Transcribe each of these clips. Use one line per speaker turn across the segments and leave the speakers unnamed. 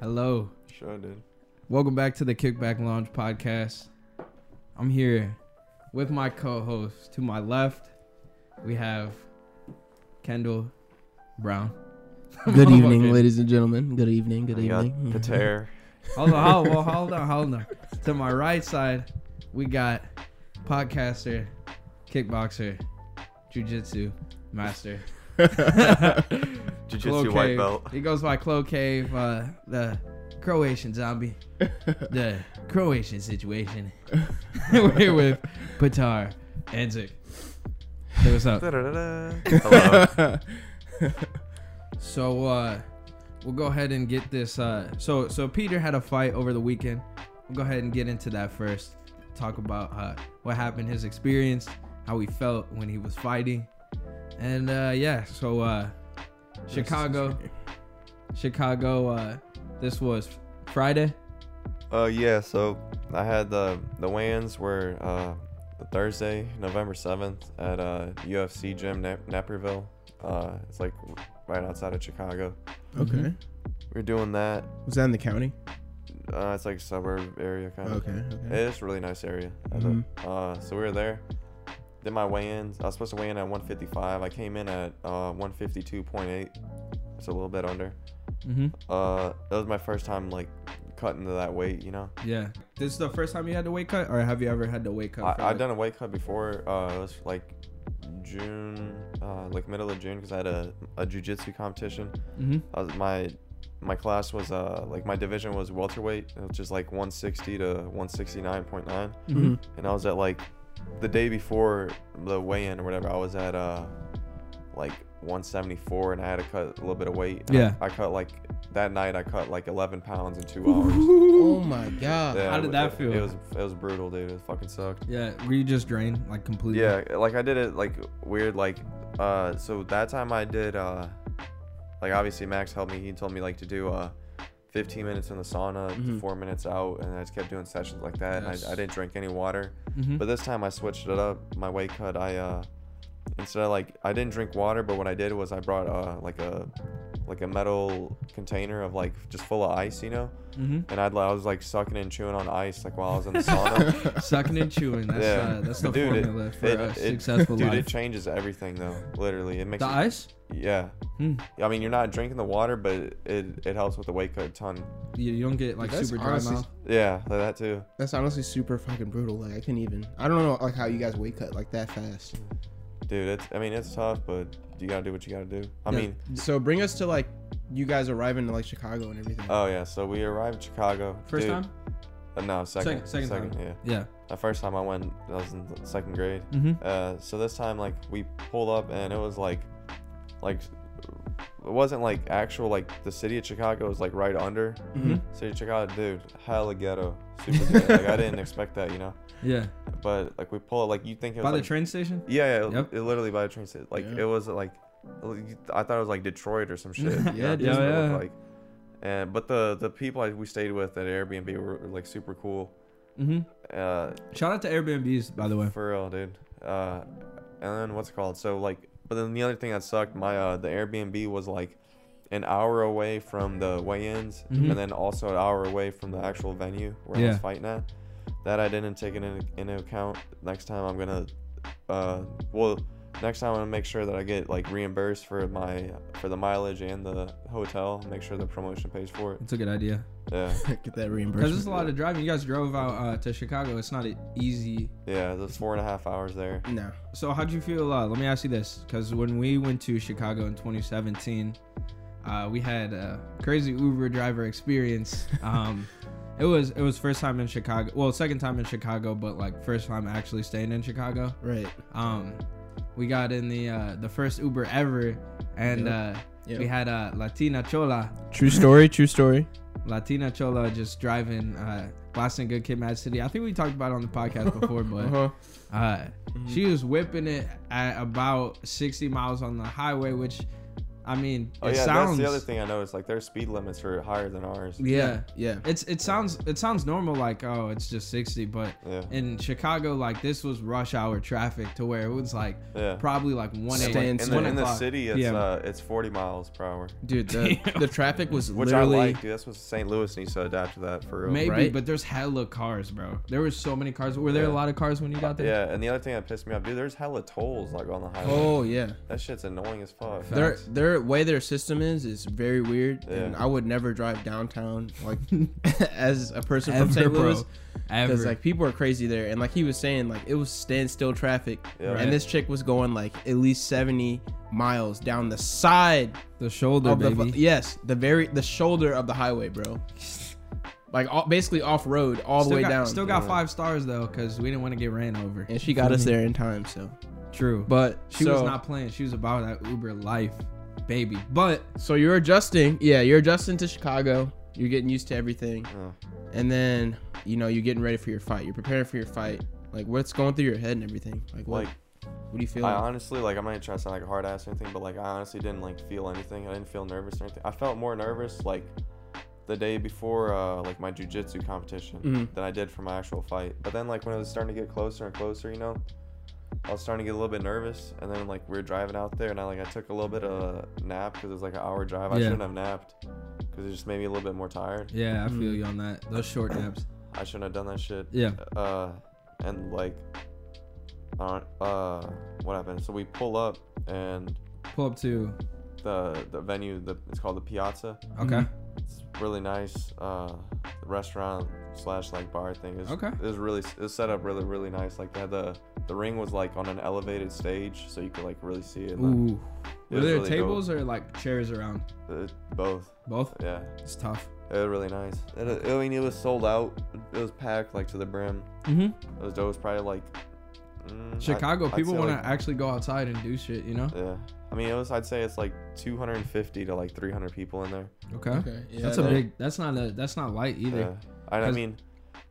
Hello.
Sure did.
Welcome back to the Kickback Lounge podcast. I'm here with my co-host. To my left, we have Kendall Brown.
Good
Motherfucker.
evening, ladies and gentlemen. Good evening. Good
I got
evening.
the
Mhm.
tear.
Hold on, hold on, hold on, hold on. To my right side, we got podcaster, kickboxer, jujitsu master. Chloe
Jiu-jitsu white
Cave.
belt.
He goes by Clo Cave, uh, the Croatian zombie, the Croatian situation. We're here with Patar Enzik. Hey, what's up?
Da-da-da-da. Hello.
So uh, we'll go ahead and get this. Uh, so so Peter had a fight over the weekend. We'll go ahead and get into that first. Talk about uh, what happened, his experience, how he felt when he was fighting, and uh, yeah. So uh, Chicago, Chicago. Uh, this was Friday.
Uh, yeah, so I had the the weigh-ins were uh, Thursday, November seventh, at uh, UFC gym Nap- Naperville. Uh, it's like right outside of Chicago.
Okay.
We are doing that.
Was that in the county?
Uh, it's like suburb area kind of.
Okay. Okay.
It's a really nice area. I
Mhm.
thought. Uh, so we were there. Did my weigh-ins. I was supposed to weigh in at 155. I came in at uh, 152.8. It's a little bit under.
Mm-hmm.
Uh, that was my first time like cutting to that weight. You know,
Yeah. This is the first time you had to weight cut, or have you ever had to weight cut?
I,
for,
I've
like-
done a weight cut before. Uh, it was like June, uh, like middle of June, because I had a a jujitsu competition.
Mhm.
I was, my my class was uh like my division was welterweight, which is like 160 to 169.9.
Mhm.
and I was at like the day before the weigh-in or whatever. I was at uh like 174, and I had to cut a little bit of weight. And I-
Yeah.
I, cut like that night. I cut like 11 pounds in two hours.
Oh my god.
Yeah,
How did
it-
that
it-
feel?
It was it was brutal, dude. It fucking sucked.
Yeah. Were you just drained like completely?
Yeah, like I did it like weird like uh so that time I did uh like obviously Max helped me. He told me like to do uh 15 minutes in the sauna, to
Mhm.
4 minutes out and I just kept doing sessions like that.
Mm-hmm. Yes.
And I, I didn't drink any water.
Mhm.
But this time I switched it up. My weight cut, I uh instead of like I didn't drink water, but what I did was I brought uh like a like a metal container of like just full of ice, you know?
Mhm.
And I'd I was like sucking and chewing on ice like while I was in the sauna.
Sucking and chewing. That's uh, that's the
Dude, it-
formula for
it-
a
it-
successful
Dude,
life.
it changes everything though. Literally, it makes
The
it-
ice?
Yeah,
Hmm.
I mean, you're not drinking the water, but it it helps with the weight cut a ton.
You, you don't get like
That's
super dry
honestly-
mouth.
Yeah, like that too.
That's honestly super fucking brutal. Like I couldn't even. I don't know like how you guys weight cut like that fast.
Dude, it's I mean, it's tough, but you gotta do what you gotta do. I
Yeah.
mean,
So bring us to like you guys arriving to like Chicago and everything.
Uh,
oh yeah, so we arrived in Chicago.
First
Dude-
time?
Uh, no, second.
Second- second time.
Yeah,
Yeah.
the first time I went, I was in the second grade.
Mm-hmm.
Uh, so this time, like, we pulled up and it was like, like, it wasn't like actual like the city of Chicago it was like right under
Mhm.
city of Chicago, dude. Hella ghetto, super ghetto. like I didn't expect that, you know.
Mm-hmm. Yeah.
But like we pull up, like you think it was
By the
like-
train station?
Yeah, yeah it-
Yep.
it literally by the train station. Like
Yeah.
it was like, I thought it was like Detroit or some shit.
Yeah,
you know,
dude.
just what it
Yeah,
looked
yeah.
Like, and but the the people I, we stayed with at Airbnb were, like super cool.
Mm-hmm.
Uh,
Shout out to Airbnbs, by the way.
for real, dude. Uh, and then what's it called? So like, but then the other thing that sucked, my uh, the Airbnb was like an hour away from the weigh-ins,
Mhm.
and then also an hour away from the actual venue where I was
Yeah.
fighting at. That I didn't take it in, into account. Next time I'm gonna, uh, well, next time I'm gonna make sure that I get like reimbursed for my for the mileage and the hotel. Make sure the promotion pays for it.
It's a good idea.
Yeah,
Get that
Because
reimbursement.
it's a lot of driving. You guys drove out uh, to Chicago. It's not e- easy.
yeah. There's four and a half hours there.
No.
So how'd you feel? Uh, let me ask you this. Because when we went to Chicago in 2017, uh, we had a crazy Uber driver experience. Um, it was it was first time in Chicago. Well, second time in Chicago, but like first time actually staying in Chicago.
Right.
um we got in the uh the first uber ever and uh
Yep.
we had a latina chola
True story. True story.
latina chola just driving uh blasting good kid mad city i think we talked about it on the podcast before
Uh
but
huh.
Mm-hmm.
uh she was whipping it at about 60 miles on the highway which I mean,
Oh
it
yeah,
sounds.
that's the other thing I noticed. Like their speed limits are higher than ours.
Yeah.
Yeah.
It's it sounds it sounds normal like oh it's just 60 but
Yeah.
in Chicago like this was rush hour traffic to where it was like
Yeah.
probably like 1
Stand
a.m.
in
It's
the,
one
in the
o'clock.
city, it's
Yeah.
uh, it's 40 miles per hour,
Dude, the,
Damn.
the traffic was
which
literally
I like, dude. That's what St. Louis needs to adapt to that for real.
maybe
right?
but there's hella cars bro there was so many cars were there a
Yeah.
lot of cars when you got there
Yeah, and the other thing that pissed me off, dude, there's hella tolls like on the highway.
Oh yeah.
That shit's annoying as fuck.
Fact.
Their
Facts.
their way their system is is very weird, and
Yeah.
I would never drive downtown like as a person
ever
from St.
bro
Louis
ever
because like people are crazy there, and like he was saying, like it was standstill traffic,
Yeah.
Right.
and this chick was going like at least seventy miles down the side
the shoulder
of the
baby
yes, the very the shoulder of the highway, bro. Like all, basically off road all
still
the way
got,
down,
still got
Yeah.
5 stars though cuz we didn't want to get ran over
and she got us there in time. So,
true but
but
she
so,
was not playing she was about that Uber life baby but
So you're adjusting. Yeah, you're adjusting to Chicago. You're getting used to everything.
Yeah.
And then, you know, you're getting ready for your fight. You're preparing for your fight. Like what's going through your head and everything? Like what
Like
what do you feel?
I honestly like I'm not even trying to sound like a hard ass or anything, but like I honestly didn't like feel anything. I didn't feel nervous or anything. I felt more nervous like the day before uh like my jujitsu competition
Mm-hmm.
Mhm.
than I did for my actual fight. But then like when it was starting to get closer and closer, you know, I was starting to get a little bit nervous. And then like we were driving out there, and I like I took a little bit of a nap because it was like an hour drive. I
Yeah.
shouldn't have napped because it just made me a little bit more tired.
yeah, I feel
Mm.
you on that. Those short naps.
I shouldn't have done that shit.
Yeah.
Uh, and like, I don't- uh, what happened? So we pull up and
Pull up to
the the venue the it's called the piazza
Okay.
Mhm.
it's really nice uh restaurant slash like bar thing is
Okay.
it was really it was set up really really nice like they had the the ring was like on an elevated stage so you could like really see it, and,
Ooh.
It
Were
was
there
really
tables or like chairs around?
like, uh, both
Both.
yeah
It's tough.
it was really nice it, it, i mean it was sold out it was packed like to the brim
Mm-hmm.
it was, it was probably like mm, I'd-
Chicago
I'd
people
say,
want to
like,
actually go outside and do shit, you know?
yeah i mean it was i'd say it's like 250 to like 300 people in there
Okay.
Okay. Yeah,
that's a
that-
big. That's not a. That's not light either.
Yeah. I, I
'Cause-
mean,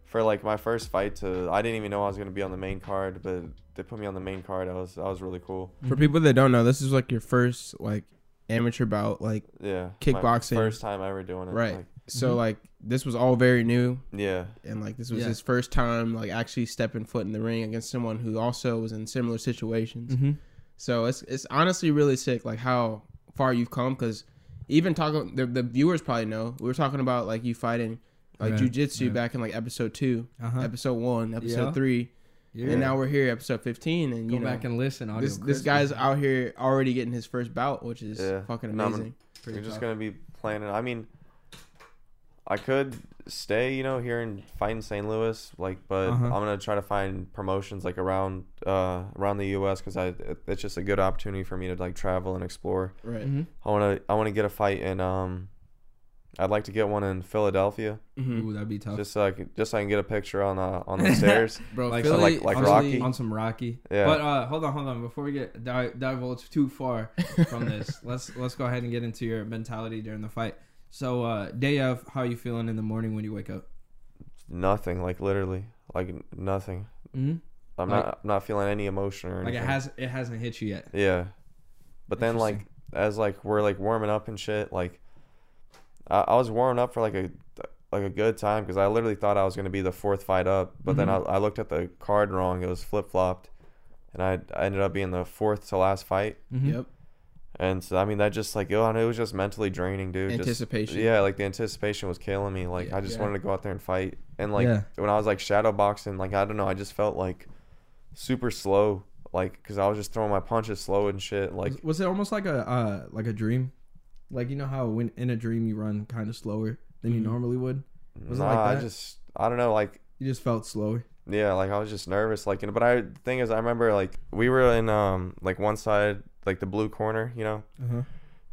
for like my first fight to, I didn't even know I was gonna be on the main card, but they put me on the main card. I was, I was really cool.
For people that don't know, this is like your first like amateur bout like
Yeah. my
Kickboxing.
First time ever doing it.
Right.
like,
so
Mhm.
like this was all very new
yeah.
and like this was
Yeah.
his first time like actually stepping foot in the ring against someone who also was in similar situations.
Mm-hmm.
So it's it's honestly really sick, like how far you've come. Because even talking, the, the viewers probably know we were talking about like you fighting like
Right,
jujitsu
right.
back in like episode 2
Uh huh.
episode one, episode
Yeah.
three,
Yeah.
and now we're here, episode fifteen, and
go
you know
back and listen. Audio
this this
Christmas.
guy's out here already getting his first bout, which is
Yeah.
fucking
And I'm-
amazing.
Pretty
You're just
tough.
gonna be planning. I mean, I could stay, you know, here and fight in St. Louis, like, but
Uh-huh.
I'm gonna try to find promotions like around, uh, around the U.S. because I, it, it's just a good opportunity for me to like travel and explore.
Right.
Mhm.
I wanna, I wanna get a fight in, um, I'd like to get one in Philadelphia.
hmm
Ooh, that'd be tough.
just so I can just so I can get a picture on uh, on the stairs.
Bro,
like-
Philly,
like- like
on
Rocky.
on some Rocky.
Yeah.
But uh, hold on, hold on. Before we get di- divulge too far from this, let's let's go ahead and get into your mentality during the fight. So uh, day of, how you feeling in the morning when you wake up?
nothing, like literally, like n- nothing.
Mm-hmm.
I'm
Like-
not I'm not feeling any emotion or
Like
anything.
it has it hasn't hit you yet.
yeah, but then like
Interesting.
as like we're like warming up and shit, like I, I was warming up for like a like a good time because I literally thought I was gonna be the fourth fight up, but then
Mm-hmm.
I, I looked at the card wrong. It was flip flopped, and I, I ended up being the fourth to last fight.
Mhm.
Yep.
And so I mean that just like yo, I know it was just mentally draining, dude. Just-
Anticipation.
Yeah, like the anticipation was killing me. Like I just
Yeah.
wanted to go out there and fight. And like
Yeah.
when I was like shadow boxing, like I don't know, I just felt like super slow. Like because I was just throwing my punches slow and shit. Like
was, was it almost like a uh, like a dream? Like you know how when in a dream you run kind of slower than you
Mhm.
normally would. was it
nah,
like
I
that?
just I don't know. Like
You just felt slower.
yeah, like I was just nervous. Like and, but I the thing is I remember like we were in um like one side like the blue corner, you know,
Uh-huh.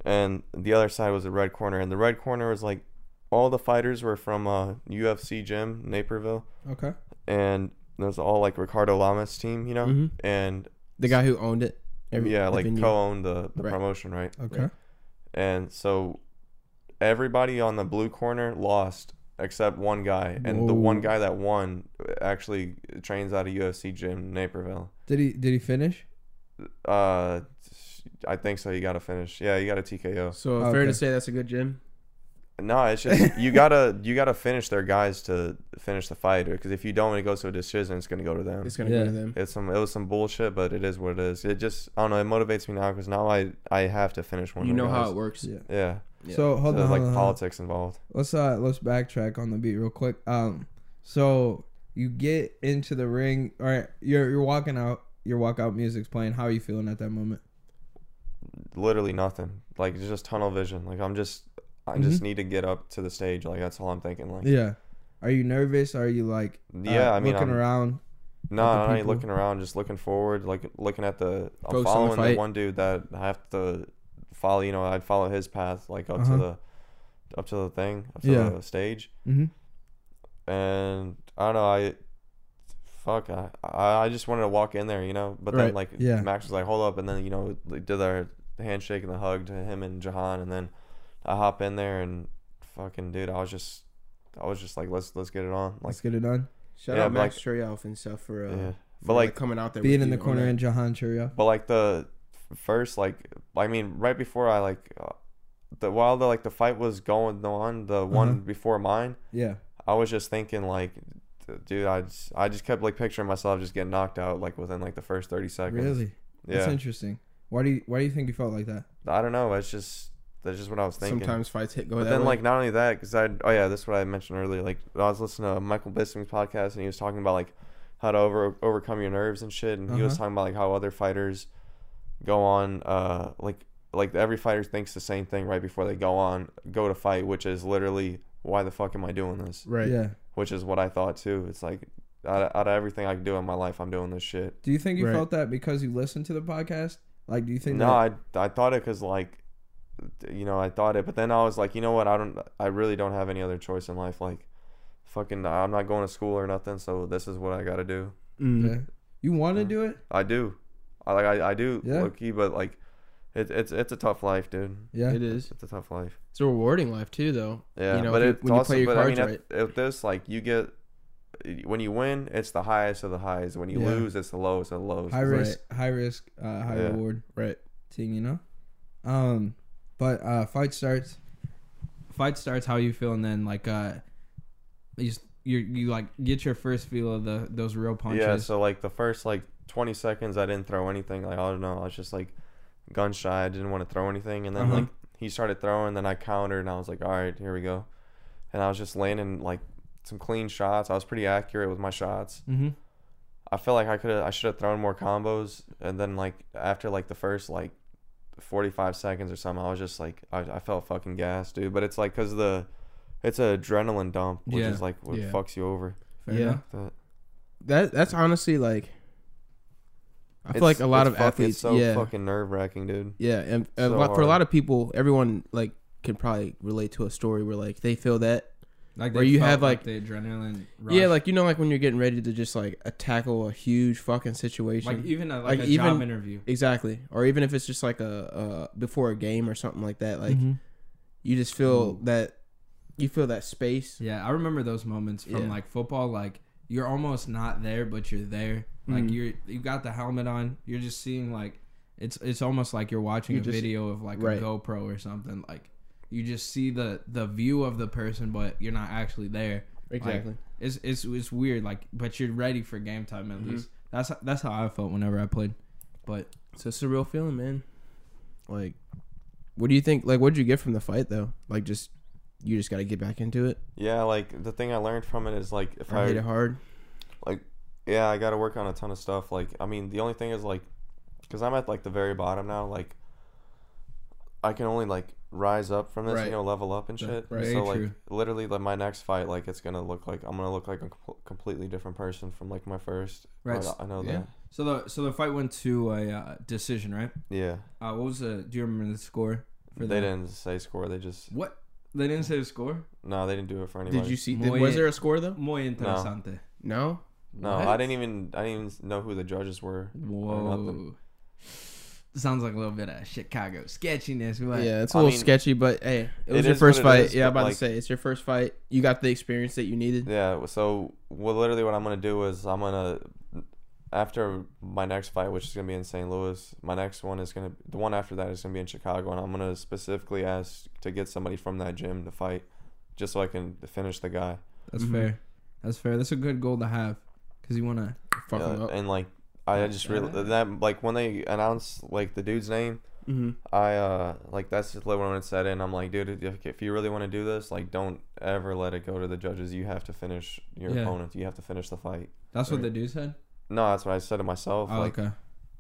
and the other side was the red corner, and the red corner was like all the fighters were from uh UFC gym Naperville,
Okay.
and it was all like Ricardo Lamas team, you know,
Mhm.
and
The guy who owned it. every-
yeah,
the
like
venue.
co-owned the, the
Right.
promotion, right?
Okay.
And so everybody on the blue corner lost except one guy, and the one
Whoa.
guy that won actually trains out of UFC gym in Naperville.
Did he did he finish?
Uh, I think so. You gotta finish. Yeah, you gotta TKO.
So
Oh, Okay.
fair to say that's a good gym.
No, it's just you gotta you gotta finish their guys to finish the fight. Because if you don't, it goes to a decision. It's gonna go to them.
It's gonna
Yeah.
go to them.
It's some it was some bullshit, but it is what it is. It just I don't know. It motivates me now because now I I have to finish one.
You
of
know
them
how
guys.
it works.
Yeah.
Yeah,
Yeah.
So
so
hold on,
there's
hold
like
on, hold on.
politics involved.
Let's uh let's backtrack on the beat real quick. Um, so you get into the ring, or you're you're walking out. Your walkout music's playing. How are you feeling at that moment?
Literally nothing. Like it's just tunnel vision. Like I'm just I just
Mm-hmm.
need to get up to the stage. Like that's all I'm thinking. Like
Yeah. Are you nervous? Are you like uh,
yeah, I mean
looking
I'm-
around?
No,
at the
no, I ain't
people.
looking around, just looking forward, like looking at the. I'm
Focus on the
following the,
fight.
one dude that I have to follow. You know, I'd follow his path, like up
Uh-huh.
to the, up to the thing, up to
Yeah.
the stage,
Mm-hmm.
and I don't know. I, fuck, I, I I just wanted to walk in there, you know. But
Right,
then like
yeah.
Max was like, hold up, and then you know they did their handshake and the hug to him and Jahan, and then I hop in there and fucking dude, I was just, I was just like, let's let's get it on, like
Let's get it done.
Shout
Yeah,
out
but
Max Tryoff and stuff for, uh,
yeah,
for,
but like.
coming out there,
Being
with
in the
you on
corner
that.
in Jahan Churia.
But like the f- first, like I mean, right before I like uh, the while the like the fight was going on, the one
Uh-huh.
before mine,
Yeah.
I was just thinking like, d- dude, I just I just kept like picturing myself just getting knocked out like within like the first thirty seconds.
Really? That's
Yeah.
interesting. Why do you why do you think you felt like that?
I don't know. It's just that's just what I was thinking.
Sometimes fights hit go
But
that
then,
way.
like, not only that, because I, oh yeah, this is what I mentioned earlier. Like, I was listening to Michael Bisping's podcast, and he was talking about like how to over overcome your nerves and shit. And he was
Uh-huh.
talking about like how other fighters go on, uh, like, like every fighter thinks the same thing right before they go on go to fight, which is literally why the fuck am I doing this?
right.
Yeah.
Which is what I thought too. It's like out of, out of everything I do in my life, I'm doing this shit.
Do you think you
Right.
felt that because you listened to the podcast? Like, do you think?
No,
that,
I I thought it because like, you know, I thought it, but then I was like, you know what? I don't. I really don't have any other choice in life. Like, fucking, I'm not going to school or nothing. So this is what I got to do.
Mm.
Yeah. You want to do it?
I do. I like. I, I do.
Yeah.
Yeah. Key, but like, it, it's it's a tough life, dude.
Yeah.
It is.
It's a tough life.
It's a rewarding life too, though.
Yeah.
You know,
but
if you-
it's
when you
also.
play your
but I
cards
mean, at- if this like you get. When you win, it's the highest of the highs. When you
Yeah.
lose, it's the lowest of the lows.
high
Right.
risk, high risk, uh, high
Yeah.
reward
Right.
thing. You know. Um, but uh, fight starts. Fight starts. How you feeling then? Like, uh, you s- you you like get your first feel of the those real punches.
Yeah, so like the first like 20 seconds, I didn't throw anything. Like I don't know, I was just like gun shy. I didn't want to throw anything, and then
Uh-huh.
like he started throwing, then I countered, and I was like, all right, here we go. And I was just landing like some clean shots. I was pretty accurate with my shots.
mm-hmm.
I feel like I could have, I should have thrown more combos, and then like after like the first like 45 seconds or something, I was just like, I, I felt fucking gas, dude. But it's like because the it's an adrenaline dump, which
Yeah.
is like what
Yeah.
fucks you over.
Fair
Yeah.
enough.
That-
That that's honestly like. I feel
It's-
like a lot
it's
of
fuck-
athletes.
It's so
yeah.
fucking nerve wracking, dude.
Yeah, and a
So
lot, for a
hard.
lot of people, everyone like can probably relate to a story where like they feel that.
Like
Where
they
you
felt
have, like-
the adrenaline.
Yeah,
rush.
like you know, like when you're getting ready to just like a tackle a huge fucking situation.
like even a, like,
like,
a
even-
job interview.
exactly, or even if it's just like a uh, before a game or something like that.
Mm-hmm.
Like you just feel that you feel that space.
Yeah, I remember those moments from
Yeah.
like football. Like you're almost not there, but you're there. Like
Mhm.
you're you got the helmet on. You're just seeing like it's it's almost like you're watching
You
a
just-
video of like a
right.
GoPro or something. Like you just see the the view of the person, but you're not actually there.
Exactly.
It's it's it's weird. Like, but you're ready for game time at
Mhm.
least. That's that's how I felt whenever I played. But
So it's a surreal feeling, man. Like, what do you think? Like, what'd you get from the fight though? Like, just you just got to get back into it
Yeah, like the thing I learned from it is like if
or hit it
I
hard.
yeah, I got to work on a ton of stuff. Like I mean, the only thing is like cuz I'm at like the very bottom now, like I can only like rise up from this,
Right.
you know, level up and
Yeah,
shit.
right.
So
Very
like
true.
literally like my next fight like it's going to look like I'm going to look like a com- completely different person from like my first.
Right,
Like, I know
yeah.
that.
so the so the fight went to a uh, decision, right?
Yeah.
Uh, what was the? Do you remember the score?
They
that?
didn't say score. They just
What? They didn't say the score.
No, they didn't do it for anybody.
Did you see?
Moy-
Did, was there a score though?
Muy interesante.
No.
No, I didn't even I didn't even know who the judges were.
Whoa.
nothing.
Sounds like a little bit of Chicago sketchiness. But
Yeah, it's a
I
little
mean,
sketchy, but hey, it was
it
your
is
first
what it
fight.
is,
yeah, I'm
but,
about
like-
to say it's your first fight. You got the experience that you needed.
Yeah. So, well, literally, what I'm gonna do is I'm gonna after my next fight, which is gonna be in St. Louis, my next one is gonna the one after that is gonna be in Chicago, and I'm gonna specifically ask to get somebody from that gym to fight, just so I can finish the guy.
That's
Mhm.
fair. That's fair. That's a good goal to have because you want to.
Fuck
Yeah,
him up.
and like I
Oh,
just
God.
really that like when they announced like the dude's name,
Mm-hmm.
I uh like that's just like when it set in. I'm like, dude, if, if you really want to do this, like, don't ever let it go to the judges. You have to finish your
Yeah.
opponent. You have to finish the fight.
That's what
Right.
the dude said.
No, that's what I said to myself.
Oh,
like,
okay.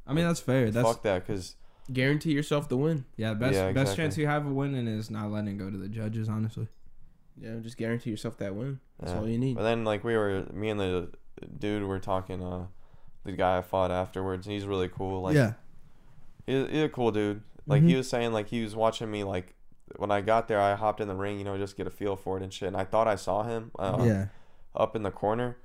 I mean, that's fair. That's
fuck that, because
Guarantee yourself the win.
yeah. Best
Yeah,
best
exactly.
chance you have of winning is not letting it go to the judges. Honestly.
Yeah, just guarantee yourself that win. That's
Yeah.
all you need.
eh. But then like we were me and the dude were talking uh the guy I fought afterwards and he's really cool like
yeah.
he's, he's a cool dude like he
Mm-hmm.
Mhm.
was saying like he was watching me like when I got there I hopped in the ring you know just get a feel for it and shit and I thought I saw him uh,
yeah.
up in the corner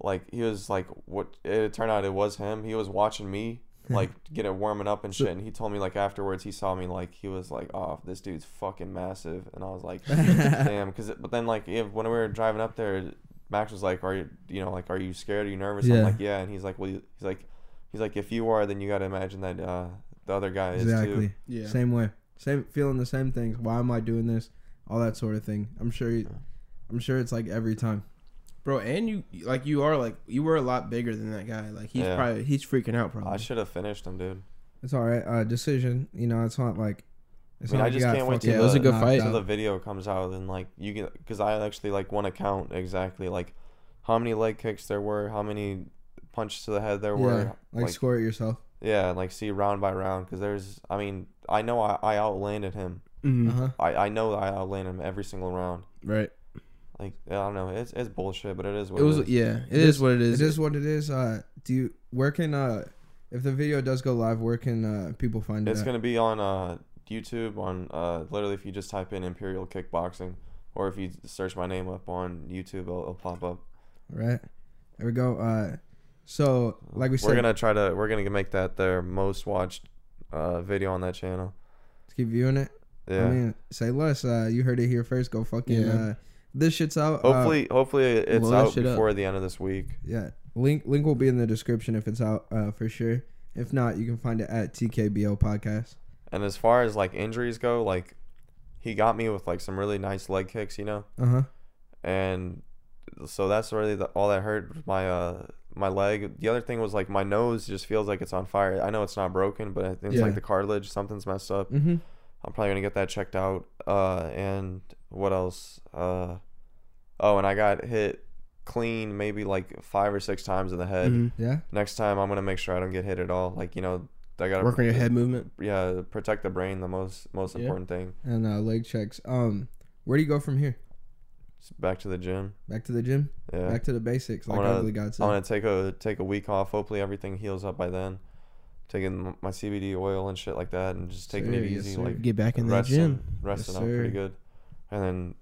like he was like what it turned out it was him he was watching me
Hmm.
like get it warming up and shit and he told me like afterwards he saw me like he was like oh this dude's fucking massive and i was like damn because but then like if, when we were driving up there max was like are you you know like are you scared are you nervous i'm
Yeah.
like yeah and he's like well you- he's like he's like if you are then you got to imagine that uh the other guy is too
Exactly.
Yeah.
Same way. Same feeling the same things. Why am I doing this? All that sort of thing. I'm sure. You, I'm sure it's like every time.
Bro, and you like you are like you were a lot bigger than that guy. Like he's
Yeah.
probably he's freaking out probably.
i should have finished him dude
It's all right. Uh, decision. You know, it's not like. It's
I mean,
not
I
like you
just
got
can't wait
fucking
till Yeah, it was a
good
knocked
fight.
So
out.
the video comes out and like you can because i actually like want to count exactly like how many leg kicks there were how many punches to the head there
yeah,
were
like,
like
score it yourself.
yeah and like see round by round because there's i mean i know i, I outlanded him
Mhm.
Uh huh.
I, I know i outlanded him every single round
Right.
like i don't know it's, it's bullshit but it is what
It was e-, yeah. it is, what it is.
It is what it is. Uh, do you where can uh, if the video does go live, where can uh people find
It's
it? at?
gonna be on uh, YouTube on uh, literally if you just type in Imperial Kickboxing, or if you search my name up on YouTube, it'll, it'll pop up.
right. There we go. Uh, so like we
are
said,
gonna try to we're gonna make that their most watched uh, video on that channel.
keep viewing it.
Yeah.
I mean, say less. Uh, you heard it here first. Go fucking.
Yeah.
Uh, this shit's out. uh,
hopefully, hopefully it's
blow that
out
shit up.
before the end of this week.
yeah. Link link will be in the description if it's out uh, for sure. If not, you can find it at TKBO podcast.
And as far as like injuries go, like he got me with like some really nice leg kicks, you know,
Uh huh.
and so that's really the, all that hurt was my uh my leg. The other thing was like my nose just feels like it's on fire. I know it's not broken, but I think it's
Yeah.
like the cartilage, something's messed up.
Mm-hmm.
I'm probably gonna get that checked out. Uh, and what else? Uh, oh, and I got hit clean maybe like five or six times in the head.
Mhm.
Yeah.
Next time I'm gonna make sure I don't get hit at all. Like you know, I gotta
Work on your head movement.
Yeah, protect the brain. The most most
Yeah.
important thing.
And uh, leg checks. Um, where do you go from here?
It's back to the gym.
Back to the gym.
Yeah,
Back to the basics, like
wanna-
Ugly God said.
I'm gonna take a take a week off. Hopefully everything heals up by then. Taking m- my CBD oil and shit like that, and just taking
Sir,
it
yes,
easy.
sir.
like
Get back in the
resting,
gym.
resting
Yes,
up pretty
sir.
good, and then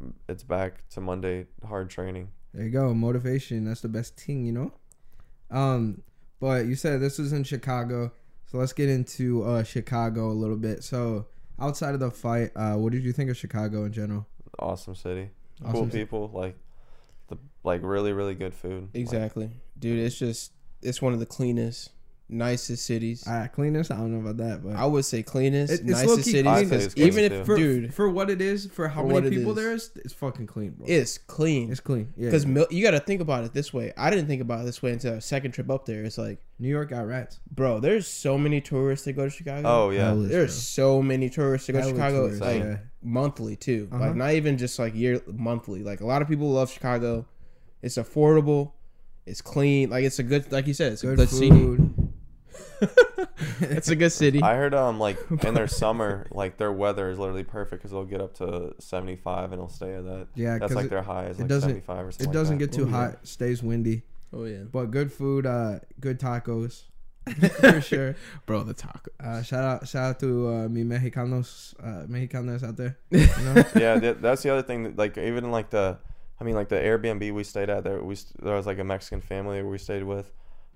mm, it's back to Monday hard training.
There you go. Motivation. That's the best thing, you know? Um, but you said this was in Chicago. So let's get into uh Chicago a little bit. So outside of the fight, uh what did you think of Chicago in general?
Awesome city, cool
Awesome.
people, like the like really really good food. Like,
Exactly. Dude, it's just it's one of the cleanest, nicest cities. I,
Uh, cleanest, I don't know about that, but
would say cleanest,
It- it's
nicest
low-key
cities.
clean.
I'd say
'cause
it's
even
clean
if
for,
dude,
for what it is, for how
For what
many
it
people
is.
there is, it's fucking clean, bro.
it's clean.
it's clean. Yeah.
Because mil- you got to think about it this way. I didn't think about it this way until our second trip up there. It's like,
New York got rats.
bro, there's so many tourists that go to Chicago.
Oh yeah,
Hell is,
There's
bro.
so many tourists that go to
Hella
Chicago
tourists,
like
yeah.
monthly too.
Uh-huh.
Like not even just like year monthly. Like a lot of people love Chicago. It's affordable. It's clean. Like it's a good like you said, it's a
good
good city.
food.
it's a good city.
I heard um like in their summer like their weather is literally perfect because they'll get up to 75 and it'll stay at that.
Yeah,
that's
'cause
like
it-
their high is
it
like
doesn't-
75 or something.
It
like
doesn't
that.
get too
yeah.
hot, stays windy,
oh yeah.
but good food, uh good tacos. for sure.
Bro, the taco.
Uh, shout out, shout out to uh, me Mexicanos, uh, Mexicanos out there. You know?
yeah, th- that's the other thing. That, like even in, like the, I mean like the Airbnb we stayed at there, we st- there was like a Mexican family we stayed with,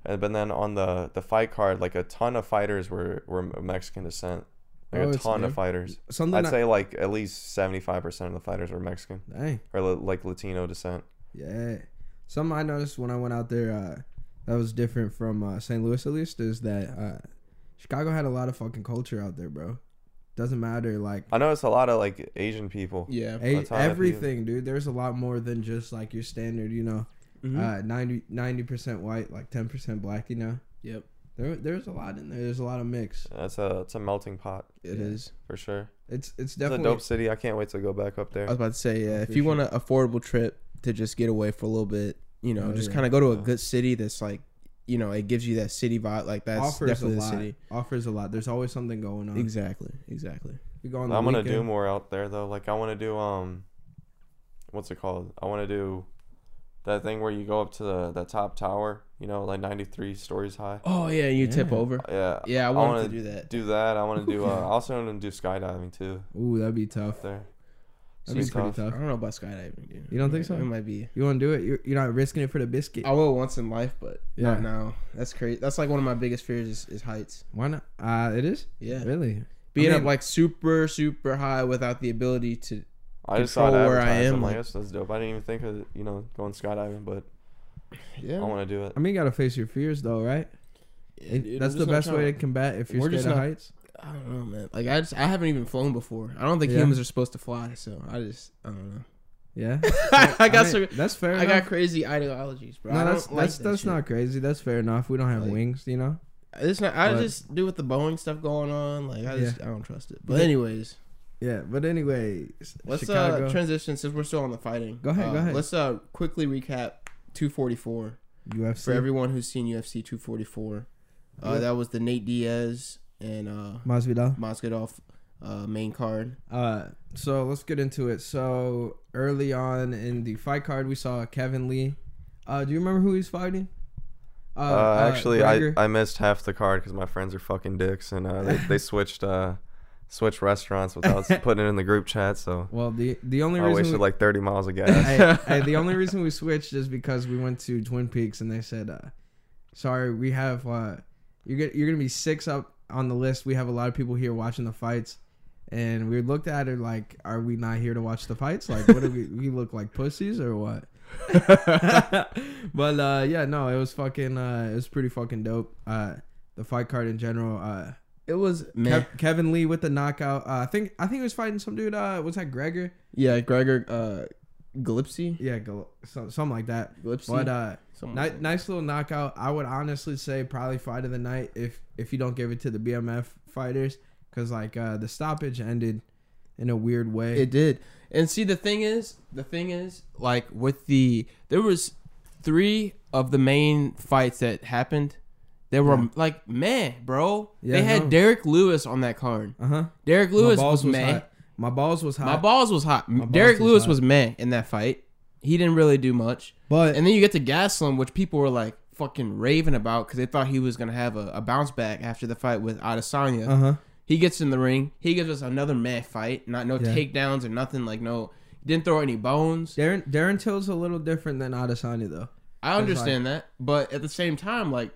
and but then on the the fight card like a ton of fighters were were Mexican descent. Like
Oh,
a
it's
ton
good.
of fighters.
Something.
I'd
I,
say like at least 75 percent of the fighters were Mexican
dang,
or li- like Latino descent.
yeah. Something I noticed when I went out there uh, that was different from uh, St. Louis at least is that uh, Chicago had a lot of fucking culture out there, bro. Doesn't matter like
I know it's a lot of like Asian people.
Yeah.
a-
That's how I feel.
everything, dude. There's a lot more than just like your standard, you know,
Mhm.
uh, 90 percent white, like ten percent black. You know,
Yep.
there there's a lot in there. There's a lot of mix.
That's a it's a melting pot
It is.
Yeah.
for sure.
It's it's
It's a
definitely
dope city. I can't wait to go back up
I
there.
was about to say, yeah, if
For
you want an affordable trip to just get away for a little bit, you know,
Oh,
just
yeah.
kind of go to a
Yeah.
good city that's like, you know, it gives you that city vibe. Like that's
offers a
definitely the
lot. Uh-huh.
city.
Offers a lot. There's always something going on.
Exactly. Exactly.
You go on the
I'm gonna do
weekend,
more out there though. Like I want to do um, what's it called? I want to do that thing where you go up to the the top tower. You know, like 93 stories high.
Oh yeah, you tip
Yeah.
over.
Yeah.
Yeah, I
I
wanted
wanna
to do that.
Do that. I want to do. Uh, I also want to do skydiving too.
Ooh, that'd be tough.
Up there.
That'd be
Seems
pretty
tough.
tough.
I don't know about skydiving. Dude.
You don't think so?
It might be.
You want to do it? You're, you're not risking it for the biscuit.
I will once in life, but
Yeah.
not now. That's crazy. That's like one of my biggest fears is, is heights.
Why not? Uh, it is
Yeah.
really.
Being
I
up
mean-
like super, super high without the ability to.
I just saw it
Control where I
advertised.
am,
I'm like,
like-
that's, that's dope. I didn't even think of you know going skydiving, but I
Yeah.
want to do it.
I mean, you gotta face your fears though, right? It- that's the best way to combat if you're
We're
scared
just
of
not-
heights.
I don't know, man. Like I just, I haven't even flown before. I don't think
Yeah.
humans are supposed to fly, so I just, I don't know.
Yeah,
I got
mean,
some,
That's fair.
I
enough.
got crazy ideologies, bro.
no,
I
that's
don't like
that's
that
that's
shit.
not crazy. That's fair enough. We don't have
Like-
wings, you know.
It's not. I
But-
just do with the Boeing stuff going on. Like I just, I don't trust it. But
Yeah.
anyways,
Yeah, but anyway,
let's
Chicago.
uh transition since we're still on the fighting.
Go ahead,
Uh,
go ahead.
Let's uh quickly recap 244
UFC.
for everyone who's seen UFC 244. Uh,
Yeah.
That was the Nate Diaz and uh
Masvidal.
Masvidal uh, main card.
Uh, so let's get into it. So early on in the fight card, we saw Kevin Lee. Uh, do you remember who he's fighting? Uh,
Uh, actually,
Gregor?
I, I missed half the card because my friends are fucking dicks, and uh, they, they switched uh, switched restaurants without putting it in the group chat. So
well the the only
I
reason
wasted
we-
like 30 miles of gas.
hey, hey, the only reason we switched is because we went to Twin Peaks and they said, uh, "Sorry, we have uh, you're gonna, you're gonna be six up on the list. We have a lot of people here watching the fights." And we looked at her like, "Are we not here to watch the fights? Like, what do we we look like pussies or what?" but uh, yeah, no, it was fucking, uh, it was pretty fucking dope. Uh, the fight card in general, uh,
It was man.
Kev- Kevin Lee with the knockout. Uh, I think I think he was fighting some dude. Uh, was that Gregor?
yeah, Gregor uh, Glipsy.
Yeah, go, so, something like that.
Glipsy.
But uh,
Something
ni-
like that.
nice little knockout. I would honestly say probably fight of the night if if you don't give it to the BMF fighters because like uh, the stoppage ended in a weird way.
It did. And see, the thing is, the thing is, like with the there was three of the main fights that happened. There were
Yeah.
like man, bro.
Yeah,
they had
no.
Derek Lewis on that card.
uh huh.
Derek
My
Lewis
balls
was,
was
man.
hot. My balls was hot.
My balls was hot.
balls
Derek
was
Lewis
hot.
was man in that fight. He didn't really do much.
but
And then you get to Gaslam, which people were like fucking raving about because they thought he was gonna have a, a bounce back after the fight with Adesanya.
uh huh.
He gets in the ring. He gives us another man fight. Not no
Yeah.
takedowns or nothing. Like no, didn't throw any bones.
Darren Darren Till's a little different than Adesanya though.
I understand that, but at the same time, like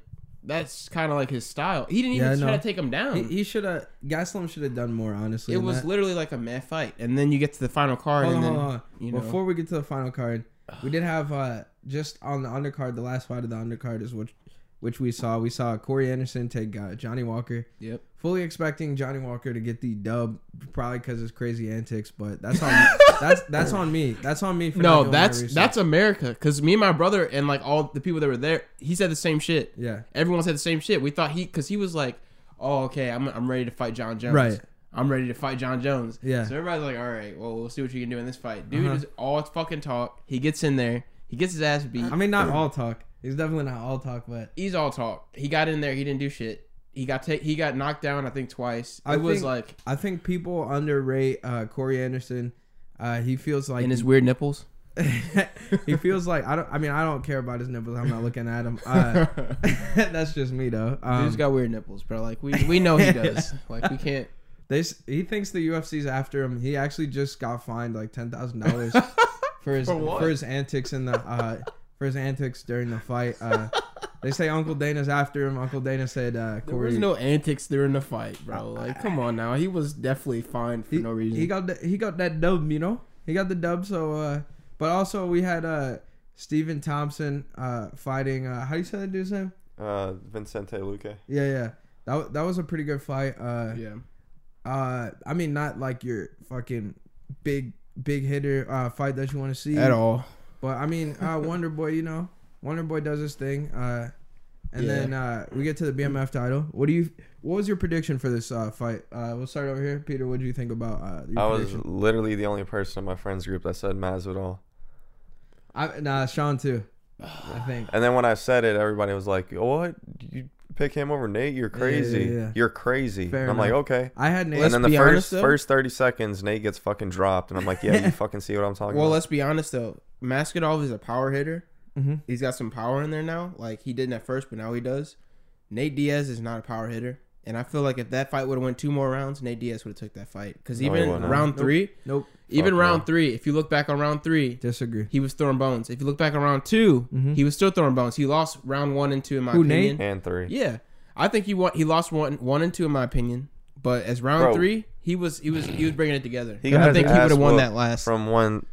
that's kind of like his style. He didn't
Yeah, I
even try
know.
to take him down.
He, he should have Gaslam should have done more honestly.
Hmm. it
than
was
that.
literally like a man fight, and then you get to the final card,
Hold on,
and then
hold on.
you know,
Before we get to the final card, we did have uh just on the undercard. The last fight of the undercard is which which we saw. We saw Corey Anderson take uh, Johnny Walker.
yep,
Fully expecting Johnny Walker to get the dub, probably because his crazy antics. But that's on that's that's on me. That's on me. For not
no,
doing my
that's
research.
that's America. Because me and my brother and like all the people that were there, he said the same shit.
yeah.
Everyone said the same shit. We thought he because he was like, oh okay, I'm I'm ready to fight John Jones.
Right.
I'm ready to fight John Jones.
Yeah.
So everybody's like, all right, well, we'll see what you can do in this fight. Dude
Uh-huh.
is all fucking talk. He gets in there. He gets his ass beat.
I mean, not all talk. He's definitely not all talk, but
he's all talk. He got in there. He didn't do shit. He got ta- he got knocked down. I think twice. It
I
was
think-
like
I think people underrate uh, Corey Anderson. Uh, he feels like
in his weird nipples.
he feels like I don't. I mean, I don't care about his nipples. I'm not looking at him. Uh, that's just me though.
Dude's
Um,
got weird nipples, bro. Like we we know he does. like we can't.
they s- he thinks the UFC's after him. He actually just got fined like ten thousand dollars for his
For
for,
what?
his antics in the uh, for his antics during the fight. Uh, they say Uncle Dana's after him. Uncle Dana said uh,
There
Corey.
was no antics during the fight, bro. Like come on now. He was definitely fined for
he,
no reason.
he got the, he got that dub. You know, he got the dub. So, uh, but also we had uh, Stephen Thompson uh, fighting. Uh, how do you say that dude's name?
Uh, Vincente Luque.
Yeah, yeah. That wa- that was a pretty good fight. Uh,
Yeah.
uh, I mean, not like your fucking big big hitter uh, fight that you want to see
At all.
But I mean, uh, Wonder Boy, you know, Wonder Boy does his thing. Uh, and
Yeah.
then uh, we get to the BMF title. What do you? What was your prediction for this uh, fight? Uh, we'll start over here, Peter. What do you think about uh, your
I was
prediction?
literally the only person in my friends group that said Masvidal.
I, nah, Sean too. I think.
And then when I said it, everybody was like, "Oh, "What? You pick him over Nate? You're crazy.
yeah, yeah.
You're crazy."
Fair
and I'm like,
enough.
"Okay."
I had Nate.
Let's
and then
be
the first
honest, though.
first 30 seconds, Nate gets fucking dropped, and I'm like, "Yeah, you fucking see what I'm talking
Well,
about."
let's be honest though. Masvidal is a power hitter.
Mhm.
He's got some power in there now. Like he didn't at first, but now he does. Nate Diaz is not a power hitter, and I feel like if that fight would have went two more rounds, Nate Diaz would have took that fight. Because
No, he
even
wouldn't.
round
Nope.
three,
nope.
even
no.
round three, if you look back on round three,
Disagree.
he was throwing bones. If you look back on round 2
Mhm.
he was still throwing bones. He lost round one and two in my
Who,
opinion.
and three.
Yeah, I think he won, he lost one one and two in my opinion. But as round
Bro.
three, he was he was he was bringing it together.
He
And
got
I think
his
he
ass
would have won
whooped
that last.
from when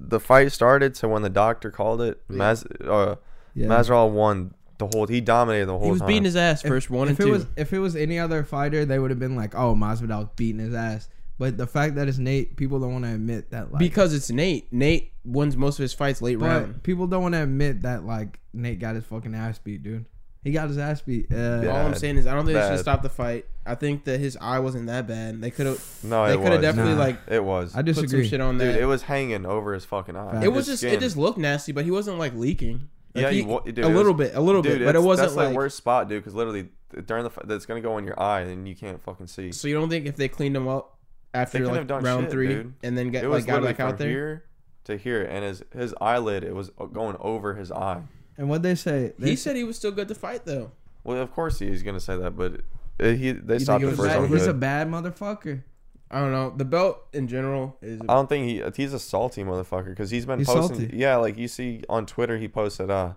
the fight started to when the doctor called it. Mas uh,
Yeah.
Masvidal won the whole. He dominated the whole
he was
time.
beating his ass first one
if
and
it
two.
was if it was any other fighter, they would have been like, "Oh, Masvidal beating his ass." But the fact that it's Nate, people don't want to admit that. Like,
because it's Nate. Nate wins most of his fights late round.
but people don't want to admit that like Nate got his fucking ass beat, dude. He got his ass beat. Uh,
Yeah.
All I'm saying is, I don't think they should
Bad.
have stopped the fight. I think that his eye wasn't that bad. They could have.
no,
They
it
could
was.
have definitely
Nah.
like
it was.
I
put some
disagree.
shit on
Dude,
that.
it was hanging over his fucking eye.
Fact.
it was just
skin.
it just looked nasty, but he wasn't like leaking. Like,
Yeah,
he-
you wa- dude,
a
it
little
was-
bit, a little
Dude,
bit, but it
it's-
wasn't
that's the
like.
worst spot, dude. Because literally during the fi- that's gonna go in your eye and you can't fucking see.
So you don't think if they cleaned him up after
couldn't
like
have done
round
shit,
three
dude.
and then get
it was
like got
literally
back out
from
there?
here to here, and his his eyelid it was uh, going over his eye.
And what they say? They
He said he was still good to fight though.
Well, of course he's gonna say that, but it, he they
think
stopped
it
the
was
first
bad?
one.
he's a
good.
bad motherfucker.
I don't know. The belt in general is
I don't think he he's a salty motherfucker because he's been
He's
posting.
salty.
Yeah, like you see on Twitter, he posted uh,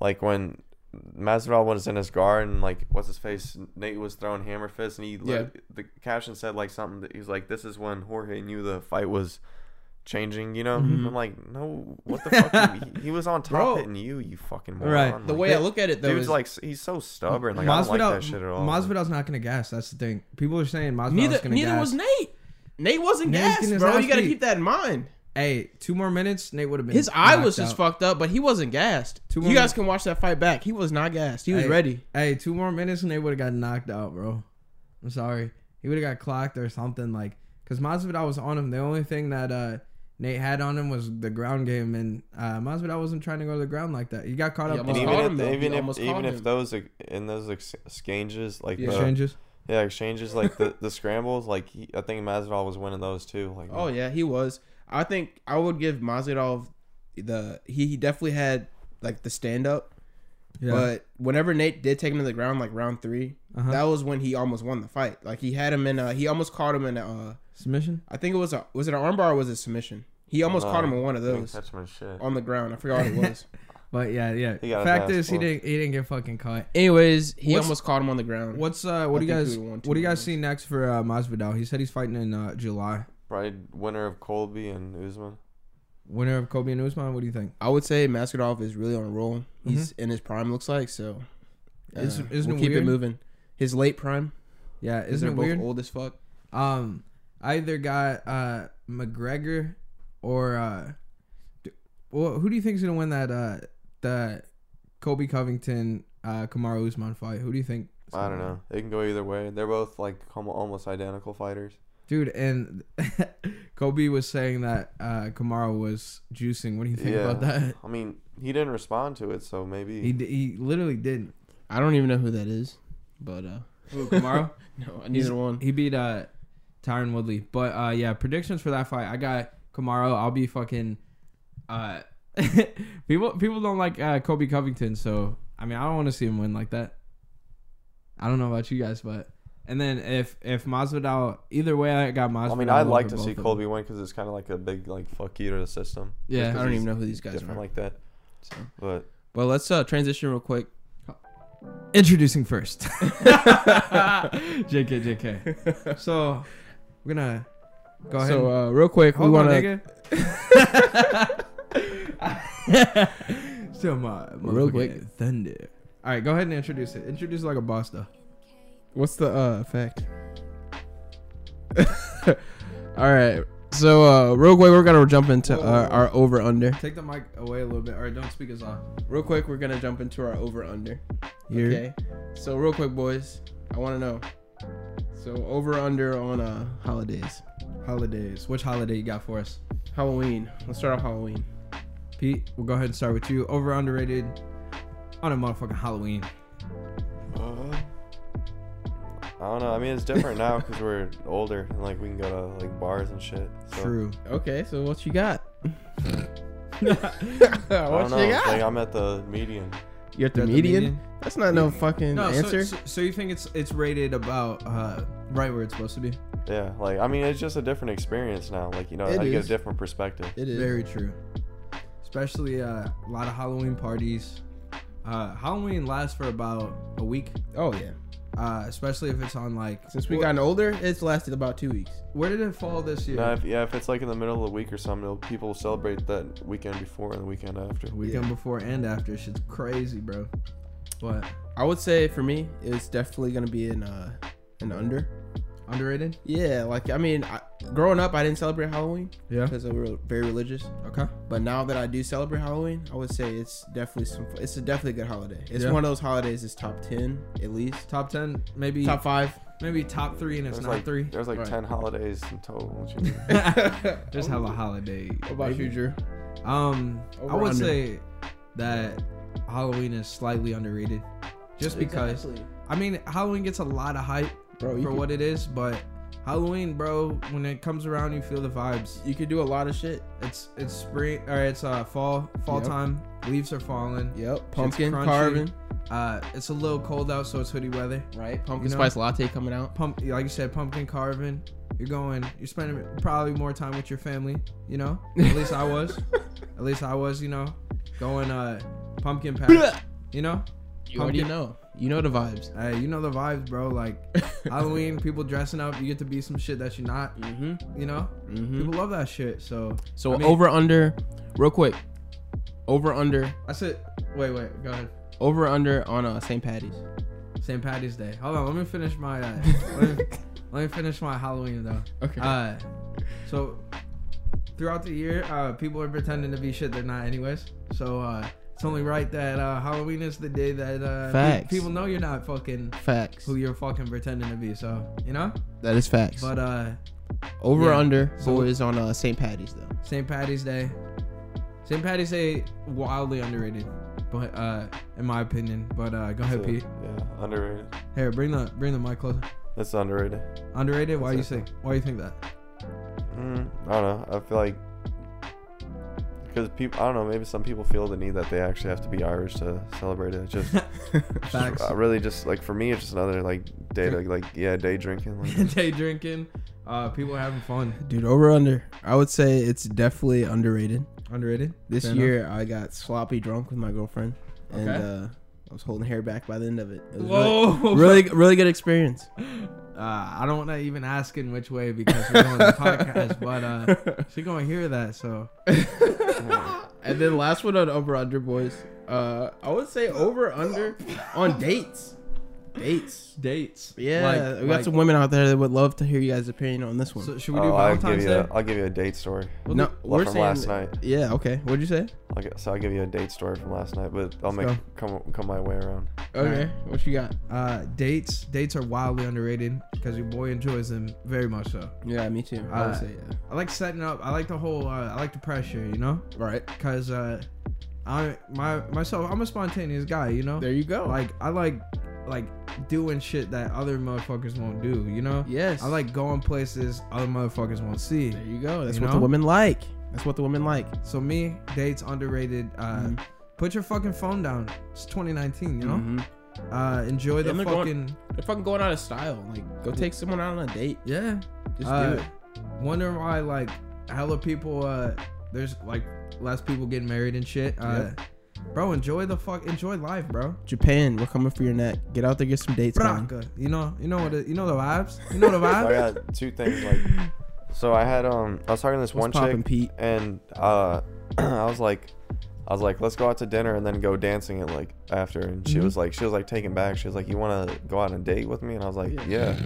like when Masvidal was in his garden, like what's his face, Nate was throwing hammer fists, and he lit- the caption said like something that he's like, "This is when Jorge knew the fight was." Changing, you know, I'm like, no, what the fuck? he, he was on top
Mm-hmm. Bro.
hitting you, you fucking moron.
Right.
Like,
the way I look at it though
dude's
is
like, s- he's so stubborn. Like, I don't like that shit at all. man.
Masvidal's not gonna gas. That's the thing. People are saying Masvidal's
neither
gonna
neither
gas.
was Nate. Nate wasn't
Nate was
gassed,
getting his
bro.
ass
You gotta
beat.
keep that in mind.
hey, two more minutes, Nate would have been.
His eye was
knocked
just
out.
fucked up, but he wasn't gassed.
Two more
you guys
minutes.
can watch that fight back. He was not gassed. He was
Hey,
ready.
Hey, two more minutes and they would have got knocked out, bro. I'm sorry. He would have got clocked or something like because Masvidal was on him. The only thing that uh, Nate had on him was the ground game, and uh, Masvidal wasn't trying to go to the ground like that. He got caught
He
up on
And even
almost caught
if,
him, though. He
even if
almost caught
even if
him.
those ex- in those ex- exchanges, like
Yeah.
the-
exchanges.
Yeah, exchanges like the, the scrambles, like he, I think Masvidal was winning those too. Like,
Oh yeah, he was. I think I would give Mazidov the he, he definitely had like the stand up.
Yeah.
But whenever Nate did take him to the ground, like round 3
Uh-huh.
that was when he almost won the fight. Like he had him in a, he almost caught him in a, uh,
Submission.
I think it was a, was it an armbar or was it submission? He almost
No,
caught him in one of
didn't
those
catch him in shit.
on the ground. I forgot what it was.
But yeah, yeah.
He got his
Fact
ass
is, he
fucked.
didn't. He didn't get fucking caught.
Anyways, he
What's-
almost caught him on the ground.
What's uh? What do you
think
guys?
we won
What
two
do you guys
rounds.
see next for uh, Masvidal? He said he's fighting in uh, July.
Probably winner of Colby and Usman.
Winner of Kobe and Usman. What do you think?
I would say Masvidal is really on a roll. He's in his prime, looks like. So uh,
Is- isn't
we'll
it
keep
weird?
Mm-hmm. it moving. His late prime.
Yeah,
Isn't
isn't
they're
it
both
weird?
old as fuck.
Um, I either got uh McGregor or uh, d- well, who do you think's gonna win that uh the Kobe Covington uh Kamaru Usman fight? Who do you think? is
I
gonna
don't
win?
know. It can go either way. They're both like almo- almost identical fighters.
dude. And Kobe was saying that uh Kamaru was juicing. What do you think
yeah.
about that?
I mean, he didn't respond to it, so maybe.
He d- he literally didn't.
I don't even know who that is, but uh,
Who, Kamaru?
no, neither one.
He beat uh Tyron Woodley. But uh yeah, predictions for that fight. I got Kamaro. I'll be fucking uh people people don't like uh Kobe Covington, so I mean I don't want to see him win like that. I don't know about you guys, but and then if if Masvidal either way I got Masvidal.
I mean, I'd
over
like to
both
see
of them.
Colby win because it's kind of like a big like fuck you to the system.
Yeah.
I
Just 'cause
don't
he's
even know who these guys
different
are.
like that.
So.
But
But let's uh, transition real quick.
Introducing first. JK JK. So we're gonna go ahead.
So
and-
uh, real quick,
Hold
we
on,
want to
nigga. So my
Real quick.
motherfucking thunder. All right, go ahead and introduce it. Introduce like a boss though.
What's the uh, effect? All right. So, uh, real quick, we're gonna jump into uh, our over under.
Take the mic away a little bit. All right, don't speak as loud.
Real quick, we're gonna jump into our over under.
Here.
Okay. So, real quick, boys, I want to know. So, over under on uh holidays,
Holidays. Which holiday you got for us,
Halloween. Let's start off Halloween.
Pete? We'll go ahead and start with you. Over underrated on a motherfucking Halloween.
Uh,
Uh-huh.
I don't know. I mean, it's different now because we're older and like we can go to like bars and shit. So,
True.
Okay. So, what you got?
I
what
don't
you
know.
got?
Like I'm at the median.
You're at
You're
the
at the
median?
median?
That's not no fucking
No, so,
answer.
so, so you think it's it's rated about uh, right where it's supposed to be?
Yeah. Like I mean, it's just a different experience now. Like you know,
It
I get
is.
a different perspective.
it is.
Very true. Especially uh, a lot of Halloween parties. Uh, Halloween lasts for about a week,
oh yeah.
uh, especially if it's on like.
Since we
Wh-
gotten older, it's lasted about two weeks.
Where did it fall this year?
No, if, yeah, if it's like in the middle of the week or something, it'll- people will celebrate that weekend before and the weekend after.
The weekend before and after. Shit's crazy, bro. What?
I would say for me, it's definitely gonna be an uh, an under.
Underrated?
Yeah, like I mean, I, growing up, I didn't celebrate Halloween
Yeah.
because we were very religious.
Okay.
But now that I do celebrate Halloween, I would say it's definitely some. It's a definitely good holiday. It's
Yeah.
one of those holidays. It's top ten at least.
Top ten, maybe
Top five.
maybe top three, and it's
There's
not
like
three.
there's like
Right.
ten holidays in total. What you mean?
Just have a holiday.
What about
baby.
you, Drew?
Um, I
Over
would
under.
say that Halloween is slightly underrated, just because. I mean, Halloween gets a lot of hype
bro, you
for
could,
what it is, but Halloween, bro, when it comes around, you feel the vibes.
you could do a lot of shit.
It's it's spring or it's uh fall fall
Yep.
time. Leaves are falling.
Yep, pumpkin
crunchy.
carving.
Uh, it's a little cold out, so it's hoodie weather.
Right, pumpkin
You know?
spice latte coming out.
Pump, like you said, pumpkin carving. You're going. You're spending probably more time with your family. You know, at least I was. At least I was. You know, going uh pumpkin patch. You know,
You already
Pumpkin.
know. You know the vibes.
hey, you know the vibes, bro. Like Halloween, people dressing up. You get to be some shit that you're not.
mm-hmm.
You know,
Mm-hmm.
people love that shit. So
So
I mean-
over under, real quick. Over under,
I said, wait, wait, go ahead.
over under on uh, St. Patty's.
St. Patty's Day. Hold on, let me finish my. Uh, let, me, let me finish my Halloween though.
Okay.
Uh, so throughout the year, uh, people are pretending to be shit they're not, anyways. So uh, it's only right that uh, Halloween is the day that uh, pe-
Facts.
people know you're not fucking
facts.
who you're fucking pretending to be. So you know,
That is facts.
but uh,
over
yeah.
under
So-
boys on uh, St. Patty's though.
St. Patty's Day. St. Patty's Day wildly underrated, but uh, in my opinion. But uh, go ahead,
So,
Pete.
Yeah, underrated.
Here, bring the bring the mic closer.
That's underrated.
Underrated? Why do you
That's it.
think? Why do you think that?
Mm, I don't know. I feel like because people, I don't know. Maybe some people feel the need that they actually have to be Irish to celebrate it. It's Just, it's
Facts.
just uh, really, just like for me, it's just another like day, to, like yeah, day drinking. Like,
Day drinking, uh, people having fun.
Dude, over under. I would say it's definitely underrated.
Underrated.
This
Fair
year I got sloppy drunk with my girlfriend, and
Okay.
uh, I was holding hair back by the end of it. It was
Whoa.
Really, really, really good experience.
Uh, I don't want to even ask in which way because we're on the podcast, but uh, she gonna hear that. So
and then last one on over under boys. Uh, I would say over under on dates. Dates.
dates.
Yeah,
Like-
we got
like-
some women out there that would love to hear you guys' opinion on this one.
So should we do
oh, I'll give
Valentine's
you.
Day?
A, I'll give you a date story.
We'll
no,
do-
Well,
we're
from
saying
last night.
Yeah. Okay. What'd you say?
I'll get, so I'll give you a date story from last night, but I'll
Let's
make come come my way around.
Okay. What you got?
uh, dates. Dates are wildly underrated because your boy enjoys them very much. So
Yeah, me too. I would
Uh,
say yeah.
I like setting up. I like the whole. Uh, I like the pressure. You know,
Right.
because uh, I my myself. I'm a spontaneous guy. You know.
There you go.
like I like like doing shit that other motherfuckers won't do, you know?
yes.
I like going places other motherfuckers won't see.
There you go. That's
You
what
know?
the women like. That's what the women like.
So me, dates underrated. Uh
Mhm.
put your fucking phone down. It's 2019, you know?
Mhm.
Uh enjoy the
And they're
fucking
going- They're fucking going out of style. Like, go take someone out on a date.
Yeah.
Just
Uh,
do it.
Wonder why like hella people uh there's like less people getting married and shit. Uh Bro, enjoy the fuck, enjoy life, bro.
Japan, we're coming for your neck. Get out there, get some dates. going.
Braca, you know, you know what, it, you know the vibes, you know the
So
vibes.
I got two things. Like, so I had um, I was talking to this
What's
one
poppin',
chick,
Pete?
and uh, I was like, I was like, let's go out to dinner and then go dancing and like after. And she was like, she was like taken back. She was like, you want to go out on a date with me? And I was like, yeah.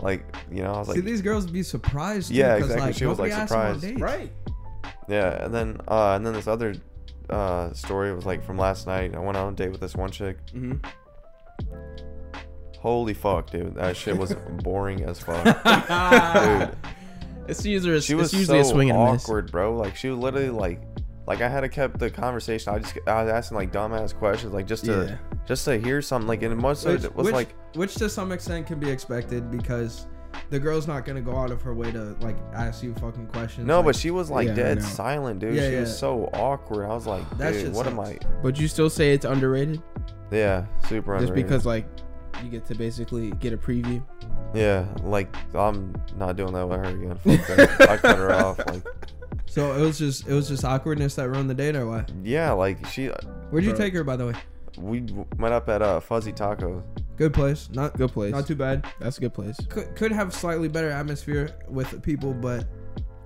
Like, you know, I was
See,
like,
these girls be surprised. Too,
Yeah,
'cause,
exactly.
Like,
She was, like,
nobody asks them on
surprised.
dates.
Right.
yeah. And then, uh, and then this other uh story was like from last night. I went out on a date with this one chick.
hmm
Holy fuck, dude, that shit was boring as fuck. Dude,
It's usually a,
she was
it's usually
so
a swing and a miss.
awkward, bro. Like she was literally like, like I had to kept the conversation. I just I was asking like dumbass questions, like just to just to hear something. Like and most
Which,
of it was
which,
like,
which to some extent can be expected because the girl's not gonna go out of her way to like ask you fucking questions.
no,
like,
but she was like
Yeah, I
dead
know.
silent, dude.
Yeah,
she
yeah.
was so awkward. I was like,
That
dude,
shit
what am I?
sucks.
But you still say it's underrated,
Yeah, super.
just
underrated.
because like you get to basically get a preview.
Yeah, like I'm not doing that with her again. Fuck that. I cut her off. Like
So it was just it was just awkwardness that ruined the date or what?
yeah, like she.
Where'd you
Bro.
take her by the way?
We met up at uh, Fuzzy Tacos.
Good place. Not
Good place.
Not too bad.
That's a good place.
Could could have slightly better atmosphere with the people, but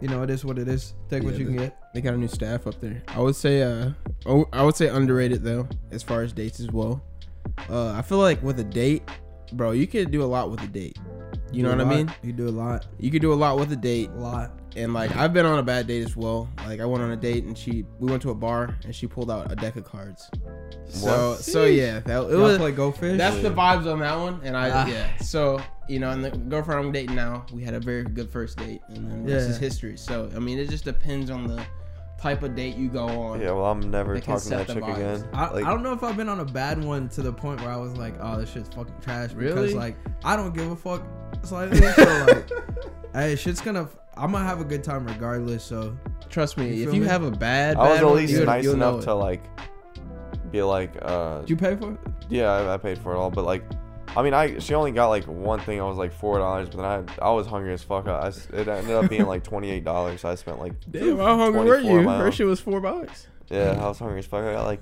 you know it is what it is. Take what
Yeah,
you can
the-
get.
They got a new staff up there. I would say, uh, oh, I would say underrated though, as far as dates as well. Uh, I feel like with a date, bro, you could do a lot with a date. You know
Do
what
a lot.
I mean?
You do a lot,
You could do a lot with a date,
a lot.
and like I've been on a bad date as well. Like I went on a date and she, we went to a bar and she pulled out a deck of cards. So,
What?
so yeah, that it
Y'all
was
play go fish.
That's the vibes on that one, and I
Ah.
yeah. So you know, and the girlfriend I'm dating now, we had a very good first date, and then this
Yeah.
is history. So I mean, it just depends on the type of date you go on.
Yeah, well, I'm never
They can
talking to
set
that
the
chick
vibes.
again.
I,
Like,
I don't know if I've been on a bad one to the point where I was like, oh, this shit's fucking trash. Because,
Really?
like, I don't give a fuck. Slightly. So, like, hey, shit's gonna. I'm gonna have a good time regardless. So,
Trust me,
You
if
feel
you
me?
have a bad,
I was
bad
at
one,
least
you'll-
nice
you'll know
enough
it.
to like be like, uh,
did you pay for it?
yeah, I, I paid for it all, but like, I mean, I she only got like one thing. I was like four dollars, but then I I was hungry as fuck. I, I s- it ended up being like twenty eight dollars. So I spent like
Damn, how hungry were
24
you?
mile.
Her shit was four bucks.
yeah, I was hungry as fuck. I got like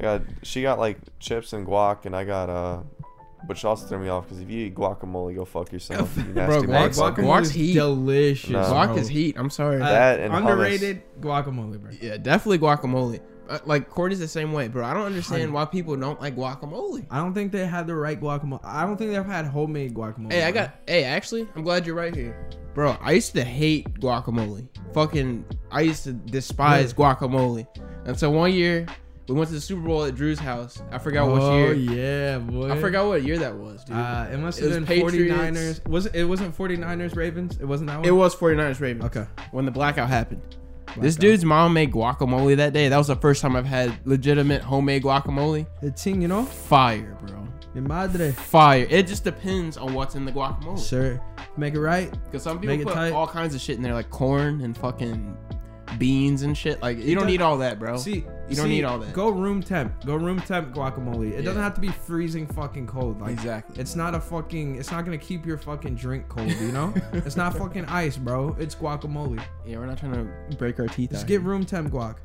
I got she got like chips and guac, and I got uh. Which also threw me off because if you eat guacamole, go fuck yourself. You
Bro,
nasty
guac-
motherfucker.
guacamole
is
is heat.
delicious.
No.
bro.
Guac is heat. I'm sorry.
Uh,
That and hummus.
underrated guacamole, bro.
yeah, definitely guacamole. Uh, Like Courtney's the same way, bro. I don't understand why people don't like guacamole.
I don't think they had the right guacamole. I don't think they've had homemade guacamole.
Hey, I
bro.
got. Hey, actually, I'm glad you're right here, bro. I used to hate guacamole. Fucking, I used to despise guacamole. And so one year, we went to the Super Bowl at Drew's house. I forgot what
Oh
year.
yeah, boy.
I forgot what year that was, dude.
Uh, it must
It
have been
was Patriots.
49ers. Was it, it wasn't 49ers Ravens? It wasn't that one.
it was 49ers Ravens.
Okay.
When the blackout happened. This
Blackout.
dude's mom made guacamole that day. That was the first time I've had legitimate homemade guacamole.
The thing, you know,
Fire, bro.
mi madre.
Fire. It just depends on what's in the guacamole.
Sure. Make it right.
Because some
Make it
people put
tight.
all kinds of shit in there, like corn and fucking beans and shit. Like you don't
does-
need all that, bro.
See,
Oh, you don't
see,
need all that.
Go room temp. Go room temp guacamole. It doesn't
Yeah.
have to be freezing fucking cold. Like
Exactly.
It's not a fucking. It's not gonna keep your fucking drink cold. You know. it's not fucking ice, bro. It's guacamole.
yeah, we're not trying to break our teeth.
Just
out
get
here.
room temp guac.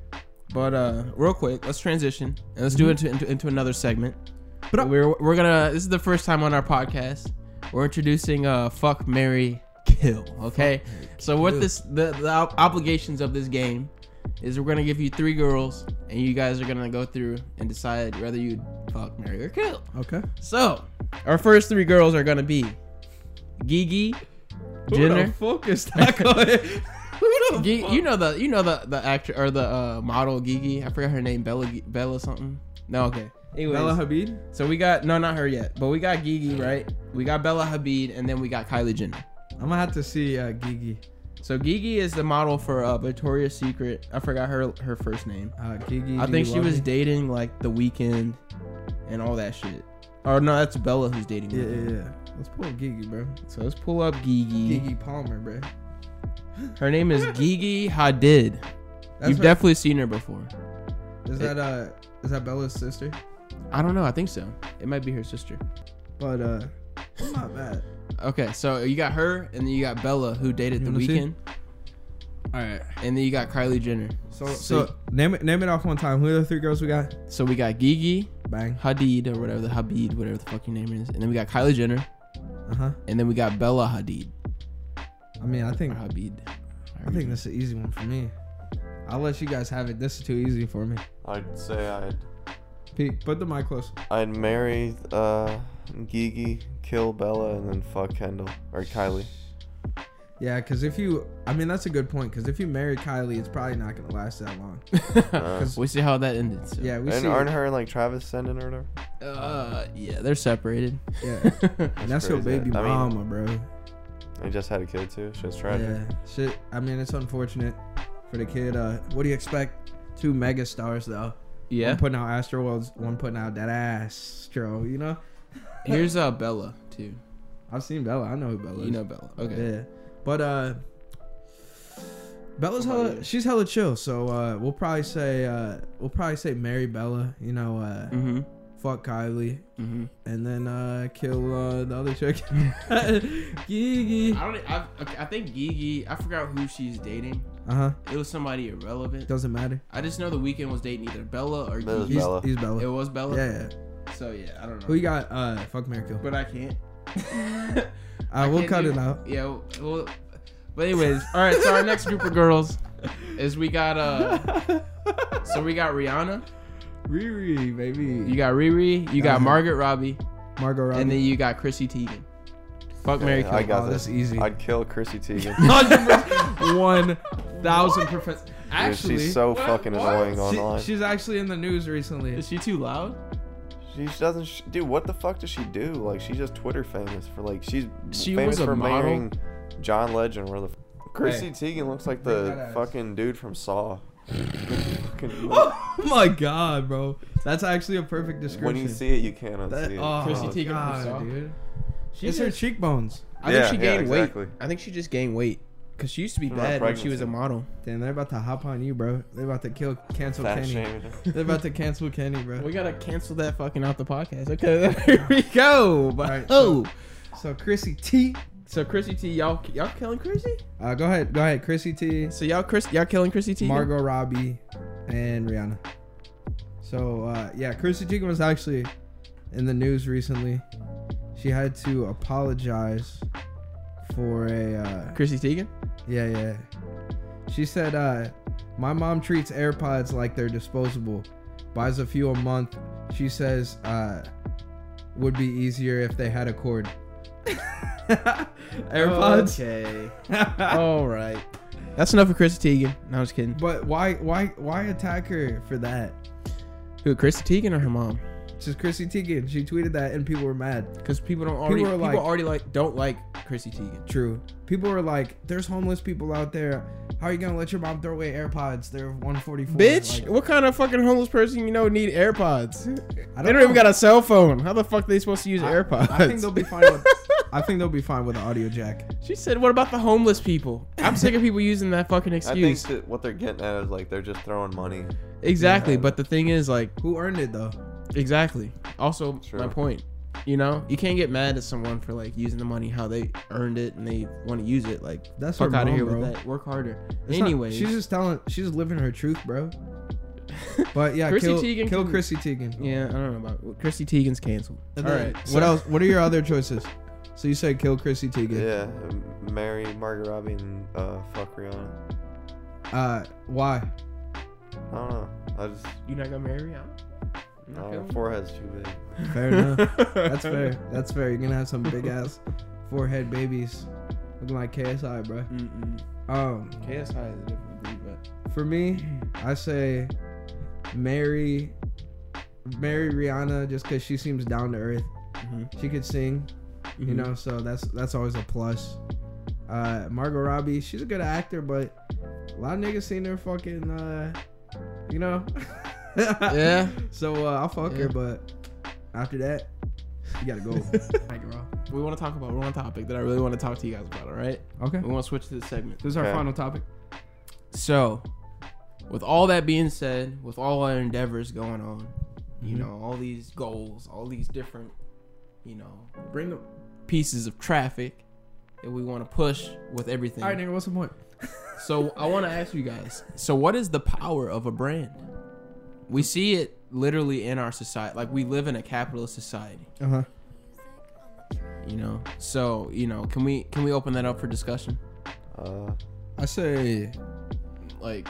But uh, real quick, let's transition and let's do it to, into into another segment.
Mhm. But-
But we're we're gonna. This is the first time on our podcast. We're introducing uh, fuck Mary kill. Okay, so what
kill.
this the the ob- obligations of this game is we're gonna give you three girls and you guys are gonna go through and decide whether you fuck Mary or kill.
Okay.
So, our first three girls are gonna be Gigi, Jenner.
focus that going? Who the
Gi-
fuck?
you know the you know the the actor or the uh, model Gigi. I forgot her name. Bella Gi- Bella something. No, okay. Anyways,
Bella Habib.
so we got no, not her yet, but we got Gigi right. We got Bella Hadid, and then we got Kylie Jenner.
I'm gonna have to see uh, Gigi.
So Gigi is the model for uh, Victoria's Secret. I forgot her her first name.
Uh, Gigi.
I
do
think
you
she
love
was
me?
dating like The Weeknd and all that shit. Or no, that's Bella who's dating.
Yeah,
her.
yeah, yeah. Let's pull up Gigi, bro.
So let's pull up Gigi.
Gigi Palmer, bro.
Her name is Gigi Hadid.
That's
You've
her-
definitely seen her before.
Is that uh is that Bella's sister?
I don't know. I think so. It might be her sister.
But uh I'm not bad.
Okay, so you got her, and then you got Bella, who dated
You
The
wanna see?
Weeknd,
Alright.
and then you got Kylie Jenner.
So so name it name it off one time. Who are the three girls we got?
So we got Gigi
Bang.
Hadid or whatever the Habib, whatever the fuck your name is, and then we got Kylie Jenner,
Uh-huh.
and then we got Bella Hadid
I mean I
or
think
Habib.
I think that's an easy one for me. I'll let you guys have it. This is too easy for me.
I'd say I'd
Pete, put the mic close.
I'd marry uh Gigi, kill Bella, and then fuck Kendall or Kylie.
Yeah, because if you, I mean, that's a good point. Because if you marry Kylie, it's probably not gonna last that long.
Uh,
we see how that ended. So.
Yeah, we
and
see.
aren't her and like Travis sending her? to-
Uh, yeah, they're separated.
yeah,
That's
and that's your
crazy.
baby
I mean-
mama, bro.
They just had a kid too. Shit's tragic.
Yeah, shit. I mean, it's unfortunate for the kid. Uh, what do you expect? Two mega stars though.
yeah.
One putting out Astroworlds, one putting out that Astro. You know,
Here's uh Bella too.
I've seen Bella. I know who Bella is.
You know Bella. Okay.
Yeah. But uh Bella's
What about
hella
you?
she's hella chill, so uh we'll probably say uh we'll probably say marry Bella, you know, uh
Mm-hmm.
fuck Kylie
Mm-hmm.
and then uh kill uh the other chick. Gigi.
I don't. I, okay, I think Gigi. I forgot who she's dating.
Uh-huh.
It was somebody irrelevant.
Doesn't matter.
I just know the weekend was dating either Bella or
Bella's
Gigi.
He's
Bella.
he's
It
Bella.
was Bella.
Yeah, yeah.
So yeah, I don't know.
Who you got uh fuck Mary Kill.
but I can't.
Uh we'll
can't
cut
do-
it out.
Yeah. Well, well- but anyways, all right. So our next group of girls is we got uh. So we got Rihanna.
Riri, baby.
You got Riri. You got
Uh-huh.
Margaret Robbie.
Margot Robbie.
And then you got Chrissy Teigen. Fuck Mary.
I got
Oh,
this.
that's easy.
I'd kill Chrissy Teigen.
One thousand percent.
Dude,
Actually,
she's so
what-
fucking
what?
annoying
she-
online. She,
she's actually in the news recently.
Is she too loud?
doesn't. Sh- Dude, what the fuck does she do? Like, she's just Twitter famous for like she's
She
famous
was a
for
model.
marrying John Legend. Where the f- Chrissy Teigen looks like
Bring that
the
ass.
fucking dude from Saw. Fucking-
Oh my god, bro. That's actually a perfect description.
when you see it, you can't unsee
that,
it.
oh,
Chrissy Teigen
God,
herself.
dude.
She
it's her cheekbones.
I
Yeah,
think she
yeah,
gained
exactly.
weight. I think she just gained weight because she used to be
From her
bad when she was a
pregnancy.
model.
Damn, they're about to hop on you, bro. They're about to kill, cancel
Fat
Kenny.
shaming.
They're about to cancel Kenny, bro.
We gotta cancel that fucking out the podcast. Okay, here we go.
right,
oh,
So Chrissy T,
so Chrissy T, y'all y'all killing Chrissy?
uh, go ahead, go ahead. Chrissy T,
So y'all Chris y'all killing Chrissy T?
Margot Robbie, and Rihanna. So uh, yeah, Chrissy Teigen was actually in the news recently. She had to apologize for a. Uh,
Chrissy Teigen.
Yeah, yeah. She said, uh, my mom treats AirPods like they're disposable, buys a few a month. She says, uh, would be easier if they had a cord. Oh, AirPods.
Okay. All right. That's enough of Chrissy Teigen. No, I'm just kidding.
but why, why, why attack her for that?
Who, Chrissy Teigen or her mom?
She's Chrissy Teigen. She tweeted that, and people were mad.
Because people don't already
are
people,
like-
already like don't like Chrissy Teigen.
True. People were like, "There's homeless people out there. How are you gonna let your mom throw away AirPods? They're 144."
Bitch,
Like,
what kind of fucking homeless person you know need AirPods?
I
they don't even got a cell phone. How the fuck are they supposed to use AirPods?
I think they'll be fine with. I think they'll be fine with an audio jack.
She said, "What about the homeless people? I'm sick of people using that fucking
I think
excuse."
that what they're getting at is like they're just throwing money.
Exactly,
Yeah.
but the thing is, like,
Who earned it though?
exactly. Also,
True.
my point. You know, you can't get mad at someone for like using the money how they earned it and they want to use it. Like,
That's
fuck
her
out of
mom,
here
bro.
with that. Work harder.
It's not-
Anyways,
she's just telling. She's living her truth, bro. But yeah,
Chrissy
kill,
Teigen
kill
can-
Chrissy Teigen.
yeah, I don't know about Chrissy Teigen's canceled.
And
All
then
right,
What
so-
else? What are your other choices? So you said kill Chrissy Teigen.
Yeah, marry Margaret Robbie and uh, fuck Rihanna.
Uh, why?
I don't know. I just
You not gonna marry Rihanna?
I don't know, forehead's too big.
Fair enough. That's fair. That's fair. You're gonna have some big ass forehead babies, looking like KSI, bro.
Mm-mm.
Um,
KSI is a different breed, but
for me, I say marry, marry Rihanna just because she seems down to earth.
Mm-hmm.
She could sing. you know so that's that's always a plus uh margot robbie she's a good actor but a lot of niggas seen her fucking uh you know
Yeah.
so uh i'll fuck
Yeah.
her but after that you gotta go Like, bro.
We want to talk about one topic that I really want to talk to you guys about. All right,
okay
we want to switch to the segment.
this is our
Okay.
final topic
So, with all that being said, with all our endeavors going on, you
Mhm.
know, all these goals, all these different, you know, bring the pieces of traffic that we want to push with everything.
all right nigga what's the point
So, I want to ask you guys. So, what is the power of a brand? We see it literally in our society. Like we live in a capitalist society,
uh-huh
you know. So, you know, can we can we open that up for discussion?
Uh,
i say
Like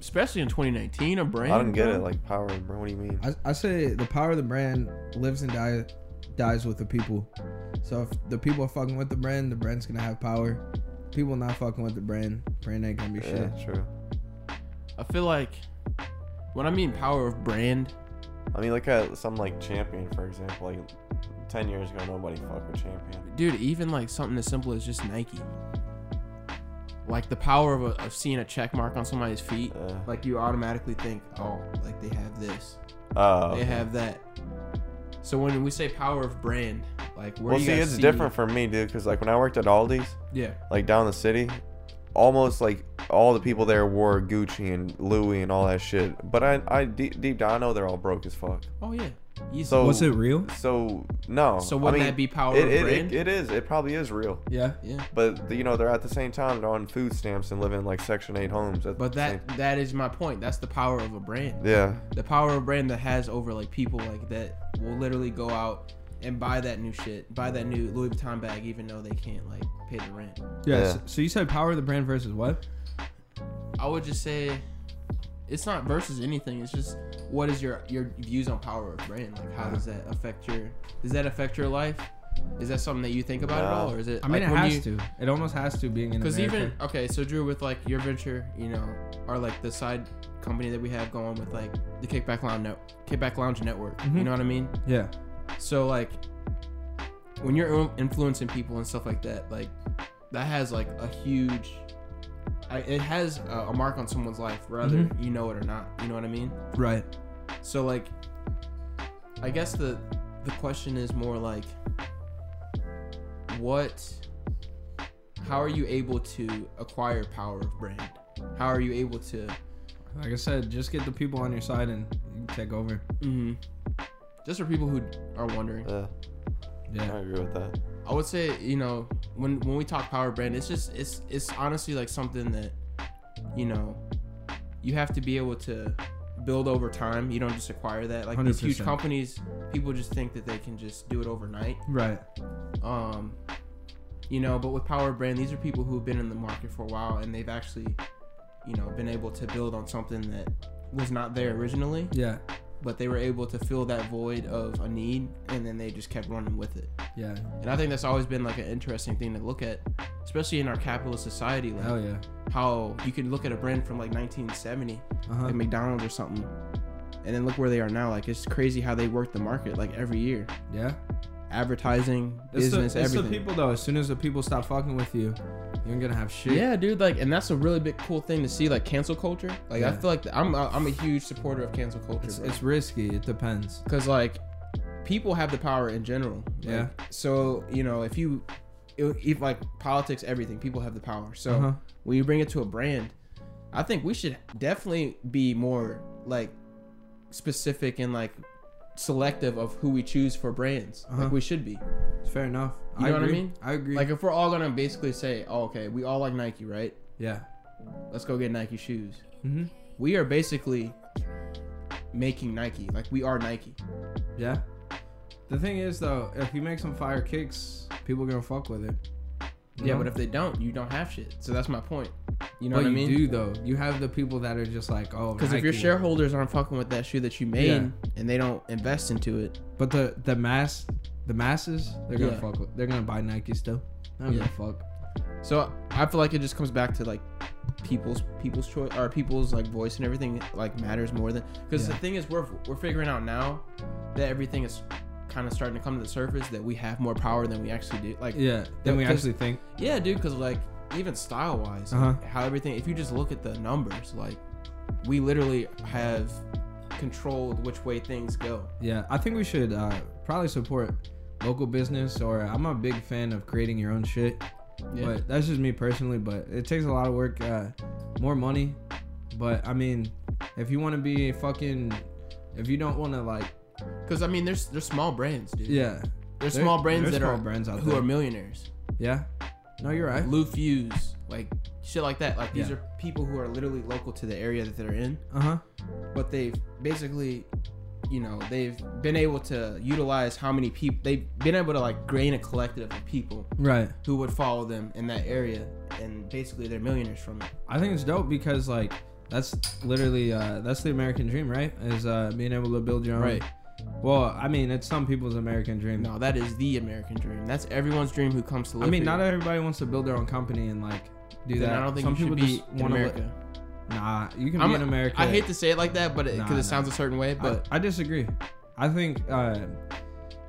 especially in 2019, a brand.
I don't get
bro.
it. Like power, bro. What do you mean?
I, I say the power of the brand lives and dies dies with the people. So if the people are fucking with the brand, the brand's gonna have power. People not fucking with the brand, brand ain't gonna be shit.
Yeah, true.
I feel like when I mean power of brand,
I mean, look at some like champion, for example. Like ten years ago, nobody fucked with champion.
dude, even like something as simple as just Nike. Like the power of, a, of seeing a check mark on somebody's feet,
Yeah.
like you automatically think, oh, like they have this,
Oh,
they have that. So when we say power of brand, like where
well,
do you
see,
guys
it's different for me, dude. Because like when I worked at Aldi's,
Yeah,
like down the city, almost like all the people there wore Gucci and Louis and all that shit. But I, I deep, deep down, I know they're all broke as fuck.
oh yeah, easy.
So
Was it real?
So no.
So
I
wouldn't
mean,
that be power
it,
of
it-
brand?
it- it is. It probably is real.
Yeah.
yeah.
But you know, they're at the same time they're on food stamps and living in, like Section Eight homes. At
But
the same-
that that is my point. That's the power of a brand.
Yeah.
the power of brand that has over like people like that will literally go out and buy that new shit, buy that new Louis Vuitton bag, even though they can't like pay the rent.
Yeah.
Yeah.
So, so you said power of the brand versus what?
I would just say it's not versus anything. It's just what is your your views on power of brand? Like how does that affect your does that affect your life? Is that something that you think about at
Nah.
all, or is it?
I mean,
like,
it
when
has
you,
to. It almost has to being in
Because
America.
even okay, so Drew, with like your venture, you know, or like the side company that we have going with like the Kickback Lounge, Net- Kickback Lounge Network. You
Mhm.
know what I mean?
yeah.
So like when you're in- influencing people and stuff like that, like that has like a huge I- it has a, a mark on someone's life whether
Mhm.
you know it or not. You know what I mean?
Right.
So like I guess the the question is more like what how are you able to acquire power of brand? How are you able to
Like I said, just get the people on your side and you take over.
mhm. just for people who are wondering
Yeah.
Yeah.
I agree with that.
I would say, you know, when when we talk power brand, it's just it's it's honestly like something that, you know, you have to be able to build over time. You don't just acquire that. Like these huge
100%.
companies, people just think that they can just do it overnight.
Right.
Um, you know, but with power brand, these are people who've been in the market for a while and they've actually, you know, been able to build on something that was not there originally,
Yeah.
but they were able to fill that void of a need and then they just kept running with it.
Yeah.
And I think that's always been like an interesting thing to look at, especially in our capitalist society. Like
Hell yeah.
how you can look at a brand from like 1970,
Uh huh.
like McDonald's or something, and then look where they are now. Like it's crazy how they work the market like every year,
Yeah.
advertising,
It's,
business,
the, it's the
everything.
people though. As soon as the people stop fucking with you, you're gonna have shit.
yeah, dude. Like, and that's a really big cool thing to see. Like cancel culture. Like I
Yeah.
feel like th- I'm a- I'm a huge supporter of cancel culture.
It's,
bro.
it's risky. It depends.
because like people have the power in general Like,
Yeah.
so you know if you it- if like politics everything people have the power so
Uh-huh.
when you bring it to a brand i think we should definitely be more like specific and like selective of who we choose for brands
Uh-huh.
like we should be
It's fair enough. I
You know what I
agree.
mean?
I agree.
like if we're all gonna basically say oh okay we all like nike right
yeah.
let's go get nike shoes
Mm-hmm.
we are basically making nike like we are nike
Yeah. The thing is though, if you make some fire kicks, people gonna fuck with it. You
yeah
know?
but if they don't you don't have shit so that's my point you know
Uh-huh. But
what i
you
mean
do though. You have the people that are just like, oh,
Because if your
Nike.
shareholders aren't fucking with that shoe that you made and they don't invest into it,
But the the mass, the masses, they're gonna
Yeah.
fuck. With, they're gonna buy Nike still. I don't
Yeah.
give a fuck.
so I feel like it just comes back to like people's people's choice or people's like voice and everything like matters more than because
Yeah.
the thing is we're we're figuring out now that everything is kind of starting to come to the surface that we have more power than we actually do. Like yeah,
Yeah. Then we
'cause-
actually think.
dude, because like even style wise,
Uh-huh.
how everything if you just look at the numbers, like we literally have controlled which way things go.
Yeah, I think we should uh, probably support local business. Or I'm a big fan of creating your own shit.
Yeah.
But that's just me personally. But it takes a lot of work, uh, more money. But I mean, if you want to be a fucking, if you don't want to like,
Because I mean, there's there's small brands, dude.
yeah,
There's
There-
small brands
there's
that
small
are
brands out
who
there.
are millionaires.
yeah. No, you're right.
Lou Fuse, like shit like that. Like these
Yeah.
are people who are literally local to the area that they're in,
Uh huh.
but they've basically, you know, they've been able to utilize how many people they've been able to like gain a collective of people
Right.
who would follow them in that area, and basically they're millionaires from it.
I think it's dope because like that's literally uh, that's the American dream, right? Is uh, being able to build your own.
Right.
Well, I mean, it's some people's American dream.
No, that is the American dream. That's everyone's dream who comes to
I
live.
mean,
here.
not everybody wants to build their own company and like do
Then
that.
I don't think
some
you should
people
be
just
in
want to.
America.
Nah, you can
I'm-
be in America.
I hate to say it like that, but because it,
Nah,
'cause it
nah.
sounds a certain way, but
but I, disagree. I think uh,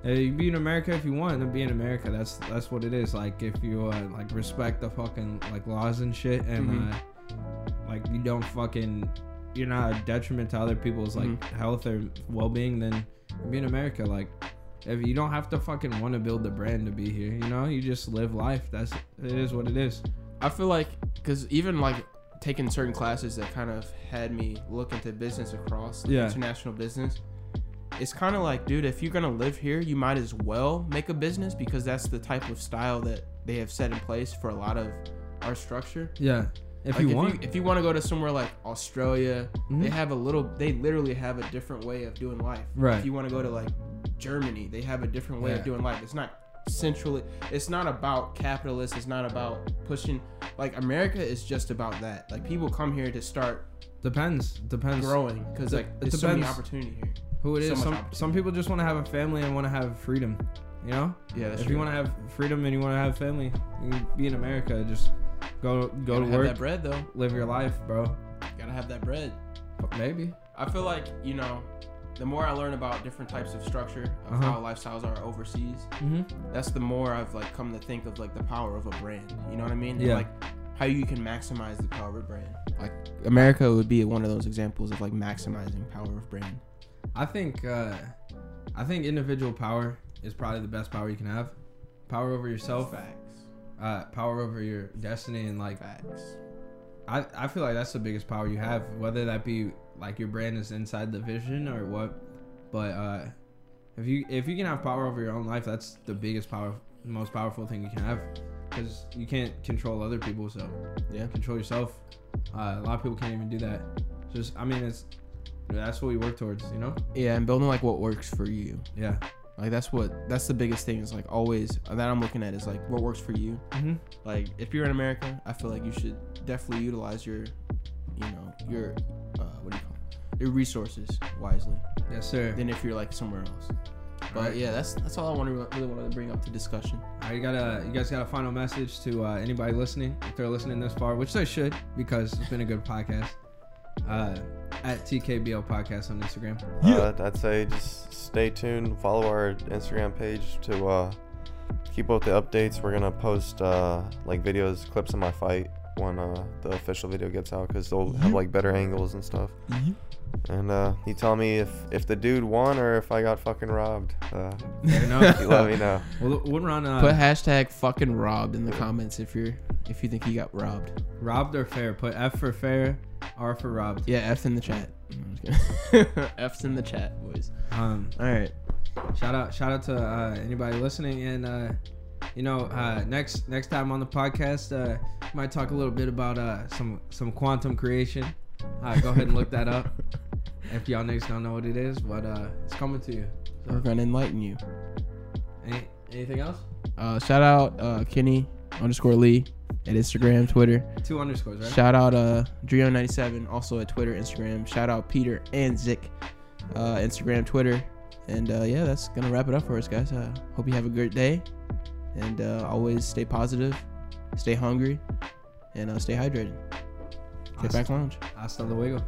uh, you be in America if you want to be in America. That's that's what it is. Like if you uh, like respect the fucking like laws and shit, and
Mhm.
uh, like you don't fucking you're not a detriment to other people's like
Mhm.
health or well being, then be in America. Like if you don't have to fucking want to build the brand to be here, you know, you just live life. That's it is what it is.
I feel like because even like taking certain classes that kind of had me look into business across like,
Yeah.
international business. It's kind of like, dude, if you're gonna live here, you might as well make a business because that's the type of style that they have set in place for a lot of our structure.
Yeah, if
Like,
you want.
if you want to go to somewhere like Australia, they
Mhm.
have a little. They literally have a different way of doing life.
Right.
If you want to go to like Germany, they have a different way
Yeah.
of doing life. It's not centrally. It's not about capitalists. It's not about pushing. Like America is just about that. Like people come here to start
depends. Depends.
growing because
it-
like
it
there's so many
depends.
opportunity here.
who it
So
is.
much
some
opportunity.
some people just want to have a family and want to have freedom. You know,
Yeah,
if you want to have freedom and you want to have family, you can be in America. Just go go to
gotta have
work,
that bread though.
live your life, bro.
Gotta have that bread.
But Maybe.
I feel like you know, the more I learn about different types of structure of
Uh-huh.
how lifestyles are overseas,
Mm-hmm.
that's the more I've like come to think of like the power of a brand. You know what I mean? And,
Yeah.
Like how you can maximize the power of a brand. Like America would be one of those examples of like maximizing power of brand.
I think uh, I think individual power is probably the best power you can have. Power over yourself,
Facts.
uh, power over your destiny, and like
Facts.
I, I feel like that's the biggest power you have, whether that be like your brand is inside the vision or what. But uh, if you if you can have power over your own life, that's the biggest power, most powerful thing you can have, because you can't control other people. So
Yeah.
control yourself. Uh, a lot of people can't even do that. Just I mean, it's that's what we work towards, you know?
Yeah, and building like what works for you.
Yeah.
Like that's what that's the biggest thing is like always that I'm looking at is like what works for you.
Mm-hmm.
Like if you're in America, I feel like you should definitely utilize your, you know, your, uh, what do you call it? Your resources wisely.
Yes, sir.
Than if you're like somewhere else. But
Alright.
yeah, that's that's all I want to really wanted to bring up to discussion.
All right, you got a you guys got a final message to uh, anybody listening if they're listening this far, which they should because it's been a good podcast. Uh, at TKBL Podcast on Instagram.
Uh, I'd say just stay tuned. Follow our Instagram page to uh, keep up with the updates. We're gonna post uh, like videos, clips of my fight when uh, the official video gets out because they'll have like better angles and stuff. And uh, you tell me if if the dude won or if I got fucking robbed. Uh,
Fair enough.
you let me know.
Well, we'll run uh,
Put hashtag fucking robbed in the comments if you're if you think you got robbed.
robbed or fair. Put F for fair, R for robbed.
Yeah, F in the chat. I'm just kidding. F's in the chat, boys.
Um,
All right.
shout out shout out to uh, anybody listening and uh, you know uh, next next time on the podcast uh, might talk a little bit about uh, some some quantum creation. Uh, go ahead and look that up if y'all niggas don't know what it is, but uh, it's coming to you.
We're gonna enlighten you.
Any, anything else?
Uh, shout out uh, Kenny underscore Lee at Instagram, Twitter.
Two underscores, right?
Shout out uh Drio97 also at Twitter, Instagram. Shout out Peter and Zick, uh, Instagram, Twitter. And uh, yeah, that's gonna wrap it up for us, guys. Uh, hope you have a great day, and uh, always stay positive, stay hungry, and uh, stay hydrated. Stay
Awesome.
back lounge.
Hasta luego.